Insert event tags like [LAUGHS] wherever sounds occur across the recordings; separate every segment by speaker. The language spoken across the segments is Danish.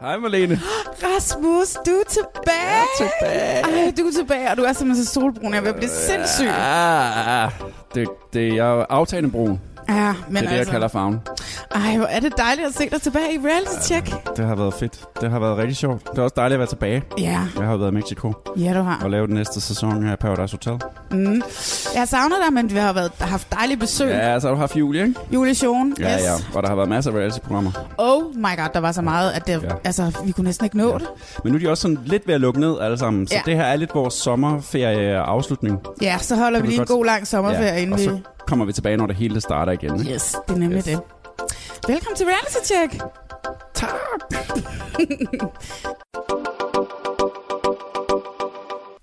Speaker 1: Hej
Speaker 2: [GASPS]
Speaker 1: Marlene.
Speaker 2: Rasmus, du er tilbage.
Speaker 1: Jeg er tilbage.
Speaker 2: Ej, du er tilbage, og du er simpelthen så solbrun. Jeg vil blive sindssyg.
Speaker 1: Ah, det, det er jo aftagende brun. Det
Speaker 2: Ja, men
Speaker 1: er det, jeg
Speaker 2: altså,
Speaker 1: kalder farven.
Speaker 2: Ej, hvor er det dejligt at se dig tilbage i reality check.
Speaker 1: Det har været fedt. Det har været rigtig sjovt. Det er også dejligt at være tilbage.
Speaker 2: Ja,
Speaker 1: Jeg har jo været i Mexico
Speaker 2: ja du har.
Speaker 1: og lavet den næste sæson af Paradise Hotel.
Speaker 2: Mm. Jeg savner dig, men vi har været, haft dejlige besøg. Ja.
Speaker 1: Ja, så har du haft jul, ikke?
Speaker 2: Julie Schoen,
Speaker 1: Ja,
Speaker 2: yes.
Speaker 1: ja. Og der har været masser af reality-programmer.
Speaker 2: Oh my god, der var så meget, at det,
Speaker 1: Ja.
Speaker 2: ja. altså, vi kunne næsten ikke nå
Speaker 1: Ja.
Speaker 2: det.
Speaker 1: Men nu er de også sådan lidt ved at lukke ned alle sammen. Så
Speaker 2: Ja.
Speaker 1: det her er lidt vores sommerferieafslutning.
Speaker 2: Ja, så holder
Speaker 1: Kan
Speaker 2: vi
Speaker 1: vi
Speaker 2: lige en
Speaker 1: godt-
Speaker 2: god lang sommerferie, ja, inden
Speaker 1: og
Speaker 2: vi...
Speaker 1: så kommer vi tilbage, når det hele det starter igen. Ikke?
Speaker 2: Yes, det er nemlig
Speaker 1: Yes.
Speaker 2: yes. det. Velkommen til reality check.
Speaker 1: Tak!
Speaker 2: [LAUGHS]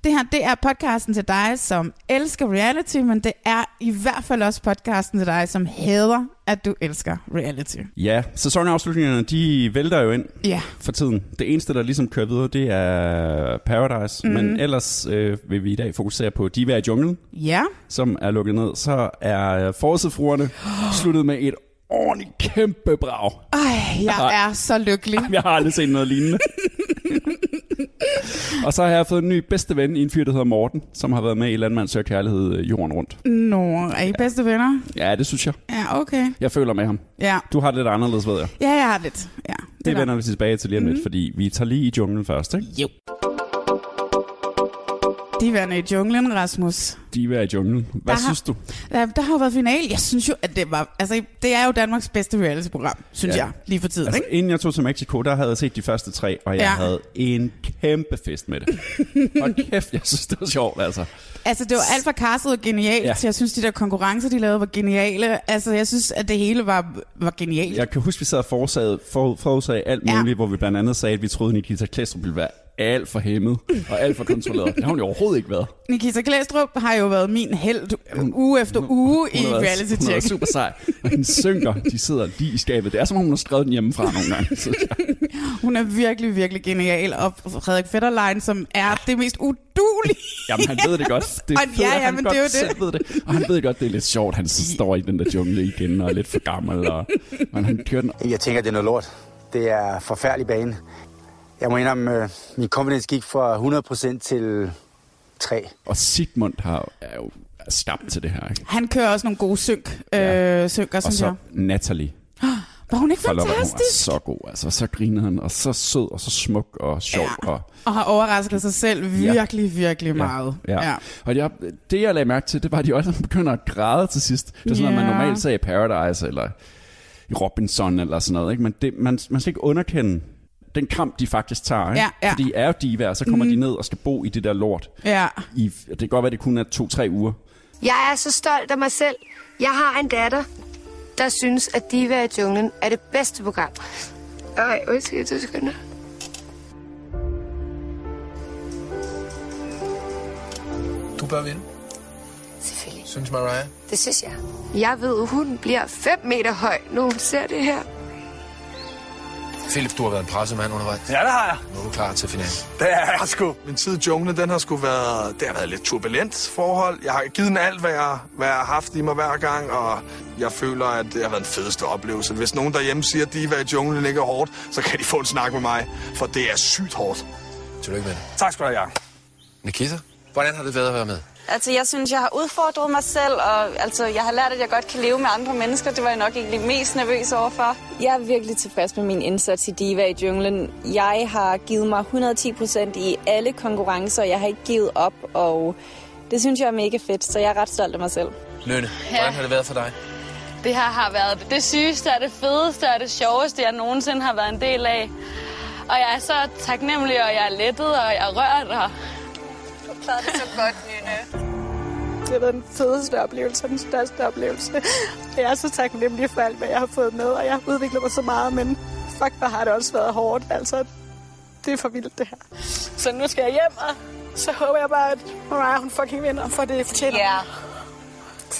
Speaker 2: Det her, det er podcasten til dig, som elsker reality, men det er i hvert fald også podcasten til dig, som hader, at du elsker reality.
Speaker 1: Ja, sæsonafslutningerne, de vælter jo ind.
Speaker 2: Ja,
Speaker 1: for tiden. Det eneste, der ligesom kører videre, det er Paradise. Mm.
Speaker 2: Mhm.
Speaker 1: Men ellers øh, vil vi i dag fokusere på Diva i junglen,
Speaker 2: ja,
Speaker 1: som er lukket ned. Så er øh, forsædfruerne [GASPS] sluttet med et ordentligt kæmpe brag.
Speaker 2: Ej, jeg er så lykkelig.
Speaker 1: Jeg har aldrig set noget
Speaker 2: [LAUGHS]
Speaker 1: lignende. og så har jeg fået en ny bedste ven i en fyr, der hedder Morten, som har været med i Landmand Søger Kærlighed øh, jorden rundt.
Speaker 2: Nå, er I bedste venner?
Speaker 1: Ja, det synes jeg.
Speaker 2: Ja, okay.
Speaker 1: Jeg føler med ham.
Speaker 2: Ja,
Speaker 1: Du har det lidt anderledes, ved jeg.
Speaker 2: ja jeg har lidt. Ja,
Speaker 1: Det
Speaker 2: er der. Mhm.
Speaker 1: vender vi tilbage til lige om lidt, fordi vi tager lige i junglen først, ikke?
Speaker 2: Jo. De vender i junglen, Rasmus.
Speaker 1: Diva i junglen. Hvad
Speaker 2: Der har-
Speaker 1: synes du?
Speaker 2: Ja, der har jo været finale. Jeg synes jo, at det var... Altså, det er jo Danmarks bedste reality-program, synes
Speaker 1: Ja.
Speaker 2: ja. jeg, lige for tiden.
Speaker 1: Altså,
Speaker 2: ikke?
Speaker 1: inden jeg tog til Mexico, der havde jeg set de første tre, og jeg ja.
Speaker 2: Ja.
Speaker 1: havde en kæmpe fest med det.
Speaker 2: [LAUGHS]
Speaker 1: og kæft, jeg synes, det var sjovt, altså.
Speaker 2: Altså, det var alt fra castet og genialt.
Speaker 1: Ja.
Speaker 2: Ja. Jeg synes, de der konkurrencer, de lavede, var geniale. Altså, jeg synes, at det hele var, var genialt.
Speaker 1: Jeg kan huske, vi sad og forudsaget, for, forudsagde alt
Speaker 2: Ja.
Speaker 1: muligt, hvor vi blandt andet sagde, at vi troede, Nikita Klæstrup ville være alt for hæmmet og alt for kontrolleret. Det har hun jo overhovedet ikke været.
Speaker 2: Nikita Klæstrup har jo været min held uge efter uge i
Speaker 1: Hun har været-
Speaker 2: reality
Speaker 1: Hun har været
Speaker 2: check.
Speaker 1: super sej. Og hendes synker, de sidder lige i skabet. Det er som om, hun har skrevet den hjemmefra nogle
Speaker 2: [LAUGHS]
Speaker 1: gange. synes jeg.
Speaker 2: [LAUGHS] Hun er virkelig, virkelig genial. Og Frederik Fetterlein, som er det mest udulige.
Speaker 1: Jamen, han ved det
Speaker 2: [LAUGHS]
Speaker 1: godt. Det er
Speaker 2: Og
Speaker 1: fedt,
Speaker 2: ja,
Speaker 1: at
Speaker 2: ja,
Speaker 1: han
Speaker 2: men
Speaker 1: godt
Speaker 2: det er jo
Speaker 1: selv
Speaker 2: det.
Speaker 1: Ved det. Og han ved godt, det er lidt sjovt,
Speaker 2: [LAUGHS]
Speaker 1: han så står i den der jungle igen og er lidt for gammel. Og, men han kører den
Speaker 3: Jeg tænker, det er noget lort. Det er forfærdelig bane. Jeg må indrømme, øh, min confidence gik fra 100% til 3.
Speaker 1: Og Sigmund har, er jo er skabt til det her, ikke?
Speaker 2: Han kører også nogle gode synk,
Speaker 1: Ja.
Speaker 2: øh, synker,
Speaker 1: Og
Speaker 2: synes
Speaker 1: så
Speaker 2: jeg.
Speaker 1: Natalie
Speaker 2: Var hun ikke
Speaker 1: fra Love, hun er
Speaker 2: fantastisk?
Speaker 1: så god. Altså, så griner han, og så sød, og så smuk, og sjov. Ja. Og,
Speaker 2: Og har overrasket sig selv virkelig, virkelig meget.
Speaker 1: Ja. ja. Og jeg, det, jeg lagde mærke til, det var, at de også begynder at græde til sidst. Det er sådan noget,
Speaker 2: Ja.
Speaker 1: man normalt ser i Paradise, eller i Robinson, eller sådan noget. Ikke? Men det, man, man skal ikke underkende den kamp, de faktisk tager. Ikke?
Speaker 2: Ja, ja. Mhm.
Speaker 1: For de er jo divær, så kommer mm. de ned og skal bo i det der lort.
Speaker 2: ja.
Speaker 1: I, det kan godt være, det kun er to-tre uger.
Speaker 4: Jeg er så stolt af mig selv. Jeg har en datter, der synes, at Diva i junglen er det bedste program. Ej, undskyld, du skynder.
Speaker 5: Du bør vinde,
Speaker 4: Selvfølgelig.
Speaker 5: synes Mariah.
Speaker 4: Det synes jeg. Jeg ved, hun bliver 5 meter høj, når hun ser det her.
Speaker 5: Philip, du har været en pressemand undervejs.
Speaker 6: Ja, det har jeg.
Speaker 5: Nu er du klar til finalen.
Speaker 6: Det er jeg sgu.
Speaker 7: Min tid i junglen, den har sgu været, det har været lidt turbulent forhold. Jeg har givet den alt, hvad jeg, hvad jeg har haft i mig hver gang, og jeg føler, at det har været den fedeste oplevelse. Hvis nogen derhjemme siger, at de var i junglen ikke er hårdt, så kan de få en snak med mig, for det er sygt hårdt.
Speaker 5: Tillykke med det.
Speaker 6: Tak skal du have, Jacob.
Speaker 5: Nikita, hvordan har det været at være med?
Speaker 6: Altså, jeg synes, jeg har udfordret mig selv, og altså, jeg har lært, at jeg godt kan leve med andre mennesker. Det var jeg nok egentlig mest nervøs overfor. Jeg er virkelig tilfreds med min indsats i Diva i junglen. Jeg har givet mig 110 procent i alle konkurrencer. Jeg har ikke givet op, og det synes jeg er mega fedt, så jeg er ret stolt af mig selv.
Speaker 5: Lønne, hvordan har det været for dig?
Speaker 7: Det her har været det sygeste og det fedeste og det sjoveste, jeg nogensinde har været en del af. Og jeg er så taknemmelig, og jeg er lettet, og jeg er rørt. Og...
Speaker 6: Du klarede det så godt, Nynne.
Speaker 8: Det har været den fedeste oplevelse og den største oplevelse. Og jeg er så taknemmelig for alt, hvad jeg har fået med, og jeg har udviklet mig så meget, men fuck, hvor har det også været hårdt. Altså, det er for vildt, det her. Så nu skal jeg hjem, og så håber jeg bare, at Mariah, hun fucking vinder, for det fortjener
Speaker 6: Ja.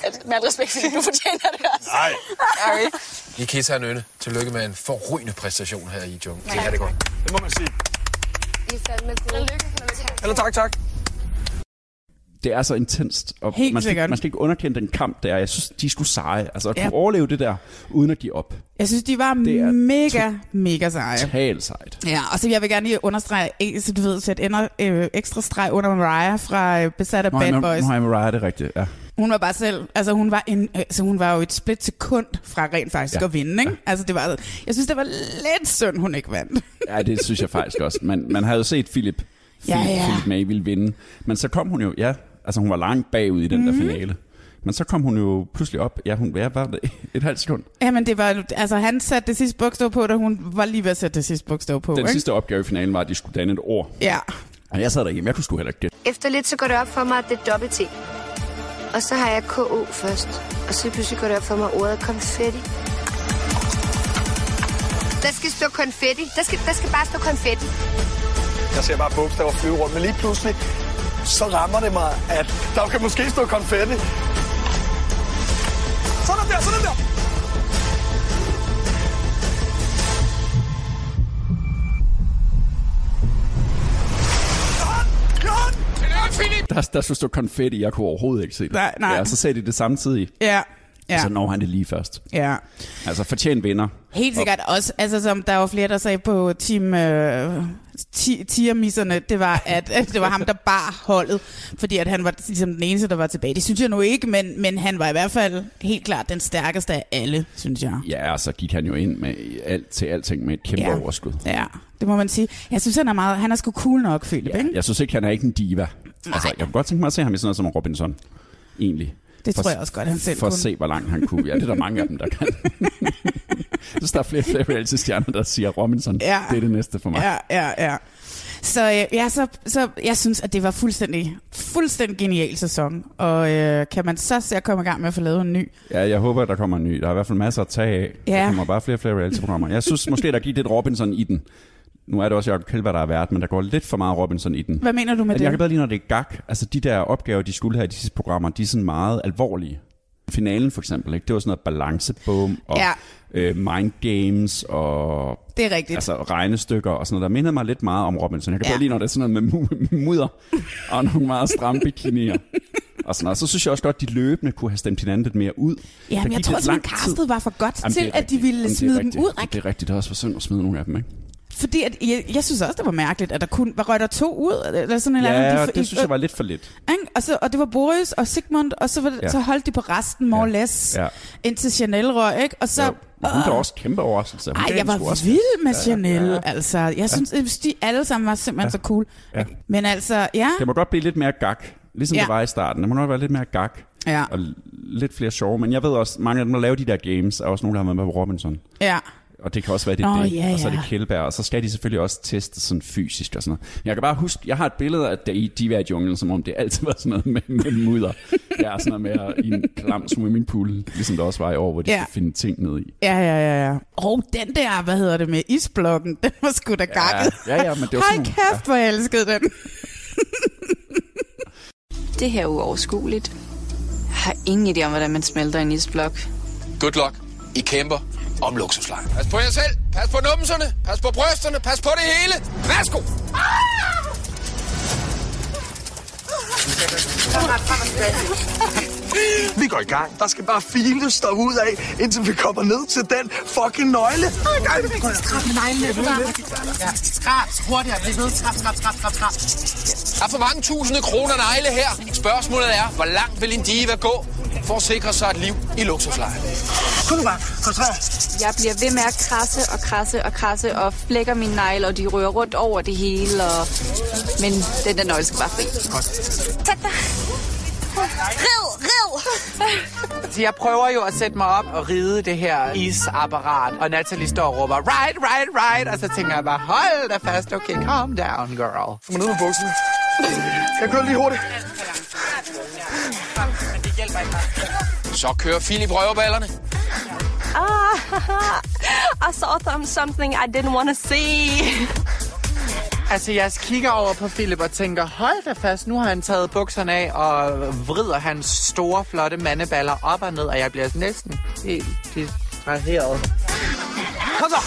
Speaker 8: At, med al respekt, fordi du fortjener det også.
Speaker 5: Nej.
Speaker 8: Sorry.
Speaker 5: I kisser og Nynne. Tillykke med en forrygende præstation her i junglen.
Speaker 4: Ja,
Speaker 5: Det er det godt.
Speaker 7: Det må man sige.
Speaker 4: I er fandme gode. Tillykke.
Speaker 7: Eller tak, tak.
Speaker 1: Det er så intenst, og
Speaker 2: Helt
Speaker 1: man, skal,
Speaker 2: sikkert.
Speaker 1: man skal ikke underkende den kamp, der er. Jeg synes, de skulle seje. Altså, at
Speaker 2: Ja.
Speaker 1: kunne overleve det der, uden at give op.
Speaker 2: Jeg synes, de var
Speaker 1: Det er
Speaker 2: mega, mega seje.
Speaker 1: Totalt sejt.
Speaker 2: Ja, og så jeg vil gerne lige understrege, en- så du ved, sætte ender, øh, ekstra streg under Mariah fra øh, Besat af
Speaker 1: Nå, nu,
Speaker 2: Bad
Speaker 1: nu
Speaker 2: Boys.
Speaker 1: har jeg Mariah det rigtigt, ja.
Speaker 2: Hun var bare selv, altså hun var, en, øh, altså hun var jo et split sekund fra rent faktisk
Speaker 1: Ja.
Speaker 2: ja. at vinde, ikke? Altså det var, jeg synes, det var lidt synd, hun ikke vandt. [LAUGHS]
Speaker 1: Ja, det synes jeg faktisk også. Man, man havde jo set Philip,
Speaker 2: Ja,
Speaker 1: Philip,
Speaker 2: ja.
Speaker 1: Philip May ville vinde. Men så kom hun jo, ja, altså hun var langt bagud i den
Speaker 2: Mhm.
Speaker 1: mm-hmm. der finale. Men så kom hun jo pludselig op. Ja, hun var bare [LAUGHS] et halvt sekund.
Speaker 2: Jamen det var, altså han satte det sidste bogstav på, da hun var lige ved at sætte det sidste bogstav på,
Speaker 1: Den
Speaker 2: ikke?
Speaker 1: sidste opgave i finalen var, at de skulle danne et ord.
Speaker 2: Ja.
Speaker 1: Og jeg sad derhjemme. Jeg kunne sgu heller ikke gætte.
Speaker 4: Efter lidt, så går det op for mig, at det er dobbelt T. Og så har jeg KO først. Og så pludselig går det op for mig ordet konfetti. Der skal stå konfetti. Der skal, der skal bare stå konfetti.
Speaker 7: Jeg ser bare bogstaver flyve rundt, men lige pludselig, så rammer det mig, at der kan måske stå konfetti. Sådan der, sådan der.
Speaker 1: Der, der skulle stå konfetti. Jeg kunne overhovedet ikke se det.
Speaker 2: Nej, nej.
Speaker 1: Ja, og så sagde de det samtidig.
Speaker 2: Ja,
Speaker 1: Og
Speaker 2: ja,
Speaker 1: så Altså, når han det lige først.
Speaker 2: ja.
Speaker 1: Altså fortjent vinder.
Speaker 2: Helt sikkert også, altså som der var flere, der sagde på team øh, ti, tiamisserne, det var, at, at det var ham, der bar holdet, fordi at han var ligesom den eneste, der var tilbage. Det synes jeg nu ikke, men, men han var i hvert fald helt klart den stærkeste af alle, synes jeg.
Speaker 1: Ja, og så gik han jo ind med alt, til alting med et kæmpe
Speaker 2: Ja.
Speaker 1: overskud.
Speaker 2: Ja, det må man sige. Jeg synes, han er, meget, han er sgu cool nok, Philip, ja, ikke?
Speaker 1: Mm. Jeg synes ikke, han er ikke en diva. Altså, jeg kunne godt tænke mig at se ham i sådan noget som Robinson. Egentlig.
Speaker 2: Det tror jeg også godt, han selv
Speaker 1: For at
Speaker 2: kunne.
Speaker 1: se, hvor langt han kunne. Ja, det er der mange af dem, der
Speaker 2: [LAUGHS]
Speaker 1: kan. så der er flere, flere reality-stjerner, der siger, Robinson,
Speaker 2: Ja.
Speaker 1: det er det næste for mig.
Speaker 2: Ja, ja, ja. Så, øh, ja, så, så jeg synes, at det var fuldstændig, fuldstændig genial sæson. Og øh, kan man så se at komme i gang med at få lavet en ny?
Speaker 1: Ja, jeg håber, der kommer en ny. Der er i hvert fald masser at tage af. Ja. Der
Speaker 2: Ja.
Speaker 1: kommer bare flere og flere reality-programmer. Jeg synes måske, der gik lidt Robinson i den. Nu er det også Jacob Kjellberg, der er vært, men der går lidt for meget Robinson i den.
Speaker 2: Hvad mener du med
Speaker 1: Men jeg kan
Speaker 2: det?
Speaker 1: bedre lide, når det er gag. Altså de der opgaver, de skulle have i de sidste programmer, de er sådan meget alvorlige. Finalen for eksempel, ikke? det var sådan noget balancebom og ja.
Speaker 2: Ja.
Speaker 1: øh, mind games og
Speaker 2: Det er rigtigt.
Speaker 1: altså, regnestykker og sådan noget. Der mindede mig lidt meget om Robinson. Jeg kan ja.
Speaker 2: Ja.
Speaker 1: bedre lide, når det er sådan noget med mu-
Speaker 2: [LAUGHS]
Speaker 1: mudder og nogle meget stramme bikinier. og sådan noget. Så synes jeg også godt, at de løbende kunne have stemt hinanden lidt mere ud.
Speaker 2: Ja, men jeg tror simpelthen, castet var for godt til, at de ville smide dem ud.
Speaker 1: Ikke? Det er rigtigt, det er også for synd at smide nogle af dem, ikke?
Speaker 2: Fordi at, jeg, jeg synes også, det var mærkeligt, at der kun var røg der to ud. Eller sådan en eller anden,
Speaker 1: Ja,
Speaker 2: de-
Speaker 1: og det synes jeg var lidt for lidt.
Speaker 2: Ikke? Og, så, og det var Boris og Sigmund, og så, var det,
Speaker 1: Ja.
Speaker 2: ja. så holdt de på resten, more ja. less,
Speaker 1: Ja.
Speaker 2: ja. indtil Chanel røg, ikke? Og så...
Speaker 1: Så, og hun der
Speaker 2: Åh.
Speaker 1: også kæmpe overraskelse. Hun
Speaker 2: Ej,
Speaker 1: gav
Speaker 2: jeg
Speaker 1: den sgu
Speaker 2: var
Speaker 1: også
Speaker 2: vild med
Speaker 1: gas. Ja,
Speaker 2: Chanel,
Speaker 1: ja, ja.
Speaker 2: altså. Jeg synes, at de alle sammen var simpelthen så cool.
Speaker 1: Ja.
Speaker 2: Men altså, ja.
Speaker 1: Det må godt blive lidt mere gak, ligesom ja.
Speaker 2: Ja.
Speaker 1: det var i starten. Det må godt være lidt mere gak,
Speaker 2: Ja.
Speaker 1: og l- lidt flere sjove. Men jeg ved også, mange af dem, der laver de der games, er også nogle, der har været med på Robinson.
Speaker 2: Ja.
Speaker 1: Og det kan også være, det er
Speaker 2: Nå,
Speaker 1: det.
Speaker 2: ja,
Speaker 1: Og så er det
Speaker 2: ja.
Speaker 1: Kjellberg, og så skal de selvfølgelig også teste sådan fysisk og sådan noget. Men jeg kan bare huske, jeg har et billede af, at de, de var i junglen, som om det altid var sådan noget med, med mudder. Det er sådan noget med at, i en klam swimmingpool, ligesom der også var i år, hvor de ja.
Speaker 2: Ja.
Speaker 1: skulle finde ting ned i.
Speaker 2: Ja, ja, ja, ja. Og den der, hvad hedder det med isblokken, [LAUGHS] den var sgu da gakket.
Speaker 1: ja, ja, men det var sådan
Speaker 2: Hold
Speaker 1: nogle-
Speaker 2: kæft, hvor jeg elskede den. [LAUGHS]
Speaker 6: Det her er uoverskueligt. Jeg har ingen idé om, hvordan man smelter en isblok.
Speaker 5: Good luck. I kæmper om luksuslejr. Pas på jer selv. Pas på numserne. Pas på brysterne. Pas på det hele. Værsgo.
Speaker 7: Vi går i gang. Der skal bare files derud af, indtil vi kommer ned til den fucking nøgle.
Speaker 9: Skrab med neglene. Skrab hurtigere. Bliv ved. Skrab, skrab, skrab, skrab, skrab.
Speaker 5: Der er for mange tusinde kroner negle her. Spørgsmålet er, hvor langt vil en diva gå for at sikre sig et liv i luksusleje?
Speaker 6: Kom nu bare, koncentrer Jeg bliver ved med at krasse og krasse og krasse, og flækker mine negle, og de rører rundt over det hele, og... Men den der nøgle skal bare fri. Tak dig.
Speaker 10: [LAUGHS]
Speaker 9: Rid, rid! Så Altså, jeg prøver jo at sætte mig op og ride det her isapparat, og Natalie står og råber, right, right, right, og så tænker jeg bare, hold da fast, okay, calm down, girl. Få mig ned med bukserne.
Speaker 7: Jeg kører lige hurtigt.
Speaker 9: Men det hjælper ikke
Speaker 5: Så kører Philip røverballerne.
Speaker 11: Ah, [LAUGHS] I saw them, something I didn't want to see.
Speaker 9: Altså, jeg kigger over på Philip og tænker, hold da fast, nu har han taget bukserne af og vrider hans store, flotte mandeballer op og ned, og jeg bliver næsten helt distraheret. Kom så!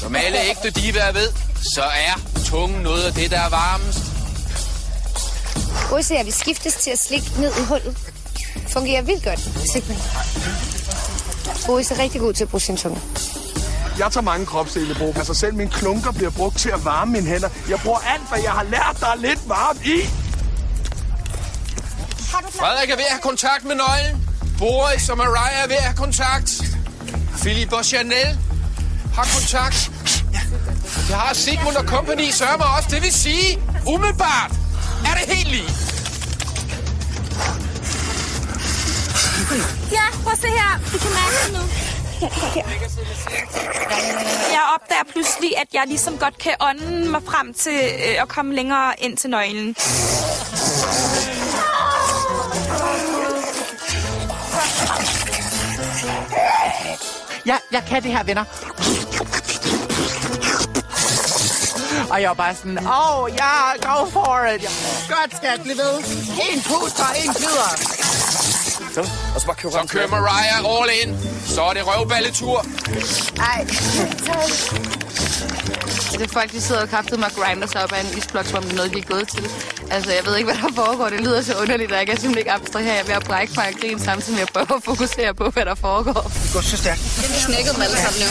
Speaker 5: Som alle ægte divaer ved, så er tungen noget af det, der er varmest.
Speaker 12: Åse, vi skiftes til at slikke ned i hullet. Fungerer vildt godt. Slik mig. Åse er rigtig god til at bruge sin tunge.
Speaker 7: Jeg tager mange kropsdele i brug. Altså selv mine klunker bliver brugt til at varme mine hænder. Jeg bruger alt, hvad jeg har lært, der er lidt varmt i.
Speaker 5: Frederik er ved at have kontakt med nøglen. Boris og Mariah er ved at have kontakt. Philip og Chanel har kontakt. Jeg har Sigmund og Company sørger mig også. Det vil sige, umiddelbart er det helt lige.
Speaker 13: Ja, prøv at se her. Du kan mærke det nu.
Speaker 11: Jeg opdager pludselig, at jeg ligesom godt kan ånde mig frem til øh, at komme længere ind til nøglen.
Speaker 9: Ja, jeg kan det her, venner. Og jeg var bare sådan, oh ja, yeah, go for it. Godt, skat, bliv ved. En pust og en glider.
Speaker 5: Og så, bare kører så kører Mariah all in. Så er det røvballetur.
Speaker 6: Ej, [LAUGHS] Det er folk, de sidder og kraftede mig og grinder sig op af en isblok, som om det er noget, de er gået til. Altså, jeg ved ikke, hvad der foregår. Det lyder så underligt, og jeg kan simpelthen ikke abstrahere. Jeg er ved at brække mig og grine samtidig med at prøve at fokusere på, hvad der foregår. Det går så stærkt. Vi knækkede dem alle sammen nu.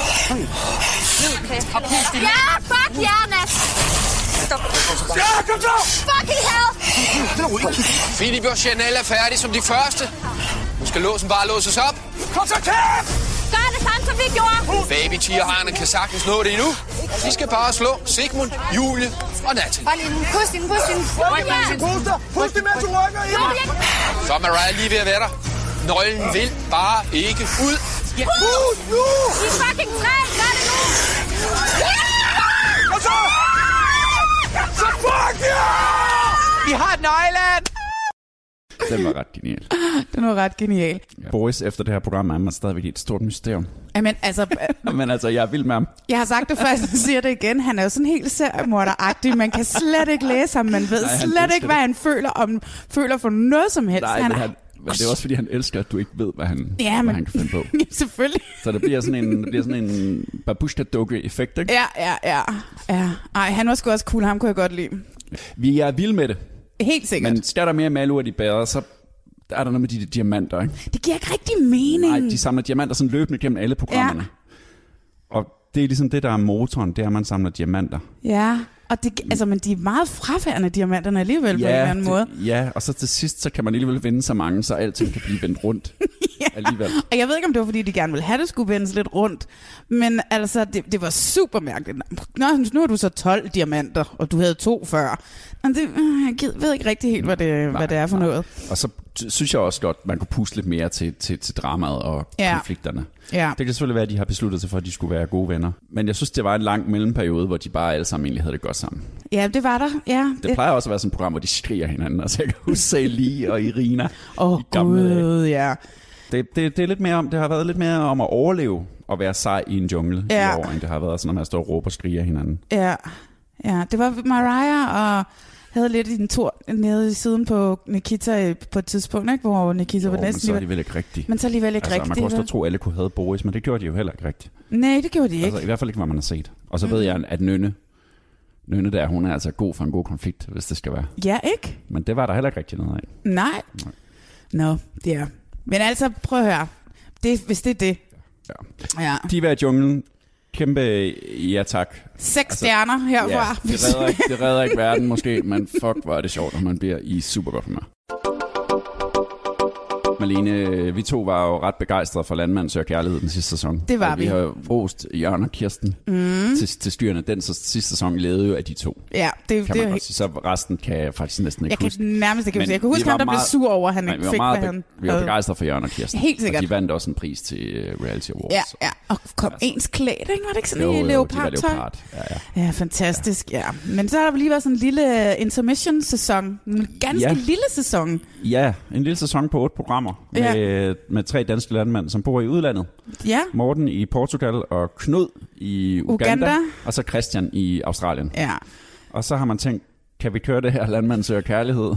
Speaker 13: Ned, okay. Ja, fuck ja, Nat. Stop.
Speaker 7: Ja, kom så!
Speaker 13: Fucking hell!
Speaker 5: Philip og Chanel er færdige som de første. Nu skal låsen bare låses op.
Speaker 7: Kom så kæft!
Speaker 13: Gør det samme, som vi gjorde.
Speaker 5: Baby tigerhejerne kan sagtens nå det endnu. De skal bare slå Sigmund, Julie og Natalie.
Speaker 12: Hold i den, pust i den, pust i den. Ryk, Martin.
Speaker 7: Pust dig, pust dig, mens du rykker i mig.
Speaker 5: Så er Mariah lige ved at være der. Nøglen vil bare ikke ud.
Speaker 13: Ja.
Speaker 7: Uh, nu!
Speaker 13: I er fucking træ. Gør det nu. Ja!
Speaker 7: Kom så! Så fuck ja!
Speaker 9: Vi har nøglen!
Speaker 1: Den var ret genial.
Speaker 2: Den var ret genial.
Speaker 1: Ja. Boris, efter det her program, er man stadigvæk i et stort mysterium.
Speaker 2: Jamen, altså,
Speaker 1: [LAUGHS] Men altså, jeg er vild med ham.
Speaker 2: jeg har sagt det først, og siger det igen. Han er jo sådan helt seriemorderagtig. Man kan slet ikke læse ham. Man ved
Speaker 1: Nej, han
Speaker 2: slet
Speaker 1: elsker
Speaker 2: ikke, hvad han føler, om, føler for noget som helst.
Speaker 1: Nej,
Speaker 2: han
Speaker 1: men han, men det er også fordi, han elsker, at du ikke ved, hvad han,
Speaker 2: Ja,
Speaker 1: hvad
Speaker 2: men-
Speaker 1: han kan finde på.
Speaker 2: [LAUGHS] Ja, selvfølgelig.
Speaker 1: Så det bliver sådan en, det bliver sådan en babushka-dukke-effekt, ikke?
Speaker 2: Ja, ja, ja. ja. Ej, han var sgu også cool. Ham kunne jeg godt lide.
Speaker 1: Vi er vilde med det.
Speaker 2: Helt sikkert.
Speaker 1: Men skal der mere malurt i bader, så er der noget med de der diamanter, ikke?
Speaker 2: Det giver ikke rigtig mening.
Speaker 1: Nej, de samler diamanter sådan løbende gennem alle programmerne. Ja. Og det er ligesom det, der er motoren, det er, at man samler diamanter.
Speaker 2: Ja, og det, altså, men de er meget frafærende, diamanterne alligevel, på en eller anden
Speaker 1: det-
Speaker 2: måde.
Speaker 1: Ja, og så til sidst, så kan man alligevel vinde så mange, så alting kan blive vendt
Speaker 2: [LAUGHS]
Speaker 1: rundt ja. alligevel.
Speaker 2: Og jeg ved ikke, om det var, fordi de gerne ville have det skulle vendes lidt rundt, men altså, det, det var super mærkeligt. Nå, nu har du så 12 diamanter, og du havde to før. Men det, øh, jeg gid- ved ikke rigtig helt, hvad det, hvad det er for noget.
Speaker 1: Og så t- synes jeg også godt, man kunne pusle lidt mere til, til, til dramaet og
Speaker 2: Ja.
Speaker 1: ja. konflikterne.
Speaker 2: Ja.
Speaker 1: Det kan selvfølgelig være, at de har besluttet sig for, at de skulle være gode venner. Men jeg synes, det var en lang mellemperiode, hvor de bare alle sammen egentlig havde det godt sammen.
Speaker 2: Ja, det var der. Ja,
Speaker 1: Det plejer også at være sådan et program, hvor de skriger hinanden. Altså, jeg kan huske
Speaker 2: [LAUGHS]
Speaker 1: Sally og Irina.
Speaker 2: Åh, oh, gud, ja.
Speaker 1: Det, det, det, er lidt mere om, det har været lidt mere om at overleve og være sej i en jungle
Speaker 2: Ja.
Speaker 1: ja. i år, end det har været sådan, at man står og råber og skriger af hinanden.
Speaker 2: Ja, ja. det var Mariah og havde lidt en tur nede i siden på Nikita øh, på et tidspunkt, ikke? hvor Nikita
Speaker 1: Jo,
Speaker 2: var
Speaker 1: men
Speaker 2: næsten
Speaker 1: så
Speaker 2: lige-
Speaker 1: alligevel ikke rigtigt.
Speaker 2: Men så alligevel ikke
Speaker 1: altså, Man
Speaker 2: rigtigt,
Speaker 1: kunne også
Speaker 2: vel?
Speaker 1: godt tro, at alle kunne have Boris, men det gjorde de jo heller ikke rigtigt.
Speaker 2: Nej, det gjorde de ikke.
Speaker 1: Altså, I hvert fald ikke, hvad man har set. Og så ved
Speaker 2: Mm.
Speaker 1: jeg, at Nynne, Nynne der, hun er altså god for en god konflikt, hvis det skal være.
Speaker 2: Ja, ikke?
Speaker 1: Men det var der heller ikke rigtig noget af.
Speaker 2: Nej. Nå, det er. Men altså, prøv at høre. Det, hvis det er det, Ja.
Speaker 1: Diva i junglen. Kæmpe ja tak.
Speaker 2: Seks stjerner herfra.
Speaker 1: Altså, Ja, det, redder ikke, det redder ikke verden måske, men fuck, hvor er det sjovt, og man bliver i super godt humør. Malene, vi to var jo ret begejstrede for Landmand Søger Kærlighed den sidste sæson.
Speaker 2: Det var
Speaker 1: og vi.
Speaker 2: vi.
Speaker 1: har jo rost Jørgen og Kirsten
Speaker 2: [LAUGHS] Mm.
Speaker 1: mm. til, til styrene. Den så, sidste sæson levede jo af de to.
Speaker 2: Ja, det-
Speaker 1: kan
Speaker 2: det er
Speaker 1: man
Speaker 2: jo
Speaker 1: godt sige. Så resten kan jeg faktisk næsten ikke
Speaker 2: Jeg kan
Speaker 1: huske.
Speaker 2: nærmest ikke
Speaker 1: Men
Speaker 2: huske. Jeg kan
Speaker 1: vi
Speaker 2: huske,
Speaker 1: var
Speaker 2: ham, der blev
Speaker 1: meget-
Speaker 2: sur over, at han
Speaker 1: Nej,
Speaker 2: ikke
Speaker 1: vi var
Speaker 2: fik,
Speaker 1: meget
Speaker 2: hvad han
Speaker 1: Vi var
Speaker 2: havde.
Speaker 1: begejstrede for Jørgen og Kirsten.
Speaker 2: Helt
Speaker 1: Og
Speaker 2: sikkert.
Speaker 1: de vandt også en pris til øh, Reality Awards.
Speaker 2: Ja, ja. Og kom ens klædt, ikke? Var det ikke sådan
Speaker 1: Altså. Jo,
Speaker 2: i
Speaker 1: jo, de var
Speaker 2: leopardtøj?
Speaker 1: leopard. Ja, ja.
Speaker 2: Ja, fantastisk, ja. ja. Men så har der lige været sådan en lille øh, intermission-sæson. En ganske
Speaker 1: Ja.
Speaker 2: ja. lille sæson.
Speaker 1: Ja, en lille sæson på otte programmer
Speaker 2: Ja.
Speaker 1: med, med tre danske landmænd, som bor i udlandet.
Speaker 2: Ja.
Speaker 1: Morten i Portugal og Knud i Uganda,
Speaker 2: Uganda.
Speaker 1: og så Christian i Australien.
Speaker 2: Ja.
Speaker 1: Og så har man tænkt, kan vi køre det her landmand søger kærlighed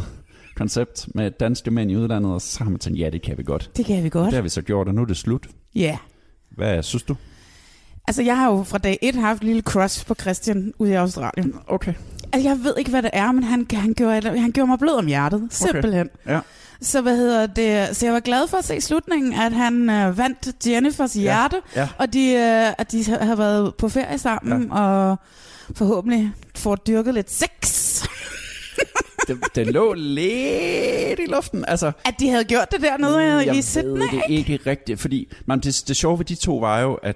Speaker 1: koncept med danske mænd i udlandet, og så har man tænkt, ja, det kan vi godt.
Speaker 2: Det kan vi godt.
Speaker 1: Det har vi så gjort, og nu er det slut.
Speaker 2: Ja.
Speaker 1: Hvad synes du?
Speaker 2: Altså, jeg har jo fra dag et haft et lille crush på Christian ude i Australien.
Speaker 1: Okay.
Speaker 2: Altså, jeg ved ikke, hvad det er, men han, han, gjorde, han gjorde mig blød om hjertet. Simpelthen.
Speaker 1: Ja.
Speaker 2: Så hvad hedder det? Så jeg var glad for at se slutningen, at han øh, vandt Jennifers ja. hjerte,
Speaker 1: ja.
Speaker 2: og de, øh, at de har været på ferie sammen, ja. og forhåbentlig får dyrket lidt sex.
Speaker 1: Det, det lå lidt i luften. Altså,
Speaker 2: At de havde gjort det dernede øh,
Speaker 1: jeg
Speaker 2: i
Speaker 1: Mm, ved
Speaker 2: Sydney.
Speaker 1: det ikke rigtigt, fordi man, det, det sjove ved de to var jo, at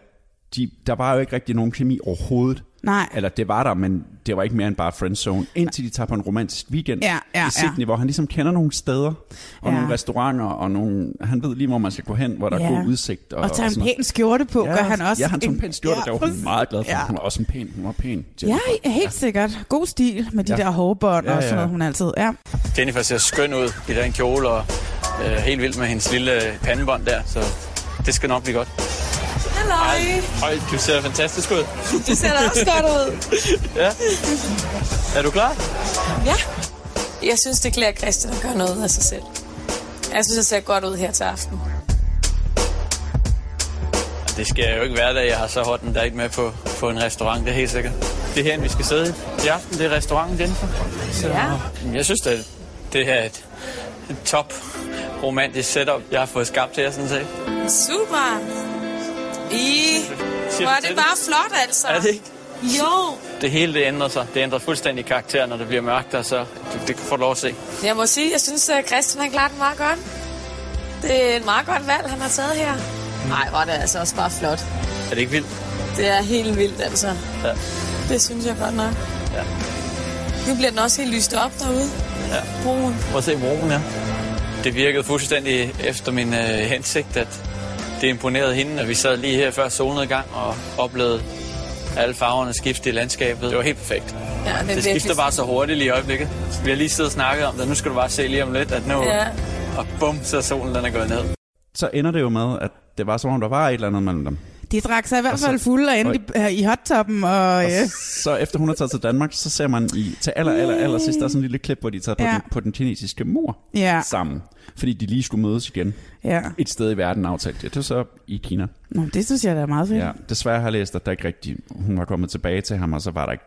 Speaker 1: de, der var jo ikke rigtig nogen kemi overhovedet.
Speaker 2: Nej.
Speaker 1: Eller det var der, men det var ikke mere end bare friendzone, indtil de tager på en romantisk weekend
Speaker 2: Ja, ja, ja.
Speaker 1: i Sydney, hvor han ligesom kender nogle steder, og
Speaker 2: Ja.
Speaker 1: ja. nogle restauranter, og nogle, han ved lige, hvor man skal gå hen, hvor der er
Speaker 2: Ja.
Speaker 1: god udsigt.
Speaker 2: Og tager en
Speaker 1: sådan
Speaker 2: pæn skjorte på,
Speaker 1: noget.
Speaker 2: gør han også.
Speaker 1: Ja, han tog en pæn skjorte,
Speaker 2: Ja,
Speaker 1: der var hun
Speaker 2: præcis.
Speaker 1: meget glad for.
Speaker 2: Ja.
Speaker 1: Hun var også en pæn, hun var pæn.
Speaker 2: Ja, helt sikkert. God stil med de
Speaker 1: Ja.
Speaker 2: der hårbånd
Speaker 14: Ja,
Speaker 2: og sådan
Speaker 14: ja.
Speaker 2: noget, hun altid er.
Speaker 14: Jennifer ser skøn ud i den kjole, og øh, helt vild med hendes lille pandebånd der, så det skal nok blive godt.
Speaker 13: Halløj.
Speaker 14: Øj, du ser fantastisk ud.
Speaker 13: Du ser da også godt ud.
Speaker 14: [LAUGHS] Ja. Er du klar?
Speaker 15: Ja. Jeg synes, det klæder Christian at gøre noget af sig selv. Jeg synes, jeg ser godt ud her til aften.
Speaker 14: Det skal jo ikke hver dag, jeg har så hot en date med på, på en restaurant, det er helt sikkert. Det er herinde, vi skal sidde i aften, det er restauranten, Jennifer. Så,
Speaker 15: Ja.
Speaker 14: Jeg synes, det, det her er et, et top romantisk setup, jeg har fået skabt her, sådan set.
Speaker 15: Super. I... Hvor er det bare flot, altså.
Speaker 14: Er det ikke?
Speaker 15: Jo.
Speaker 14: Det hele det ændrer sig. Det ændrer fuldstændig karakter, når det bliver mørkt, og så det, det får du lov at se.
Speaker 15: Jeg må sige, jeg synes, at Christian har klart den meget godt. Det er et meget godt valg, han har taget her. Nej, hvor er det altså også bare flot.
Speaker 14: Er det ikke vildt?
Speaker 15: Det er helt vildt, altså.
Speaker 14: Ja.
Speaker 15: Det synes jeg godt nok.
Speaker 14: Ja.
Speaker 15: Nu bliver den også helt lyst op derude.
Speaker 14: ja.
Speaker 15: Broen.
Speaker 14: Prøv at se broen her. Det virkede fuldstændig efter min øh, hensigt, at det imponerede hende, og vi sad lige her før solnedgang og oplevede alle farverne skifte i landskabet. Det var helt perfekt.
Speaker 15: Ja, det er
Speaker 14: det
Speaker 15: virkelig-
Speaker 14: skifter bare så hurtigt lige i øjeblikket. Vi har lige siddet og snakket om det, nu skal du bare se lige om lidt, at nu...
Speaker 15: Ja.
Speaker 14: Og bum, så er solen den er gået ned.
Speaker 1: Så ender det jo med, at det var som om, der var et eller andet mellem dem.
Speaker 2: De drak sig i hvert
Speaker 1: Og så-
Speaker 2: fald fulde og endte i, i hottoppen. Og,
Speaker 1: Og
Speaker 2: øh,
Speaker 1: så efter hun er taget til Danmark, så ser man i, til aller, aller, aller sidst, der er sådan en lille klip, hvor de tager på,
Speaker 2: Ja.
Speaker 1: ja. den, på den kinesiske mur
Speaker 2: Ja.
Speaker 1: sammen. Fordi de lige skulle mødes igen.
Speaker 2: Ja.
Speaker 1: Et sted i verden aftalt det. Det var så i Kina.
Speaker 2: Nå, det synes jeg, der er meget fedt.
Speaker 1: Ja. Desværre har jeg læst, at der ikke rigtig, hun var kommet tilbage til ham, og så var der ikke...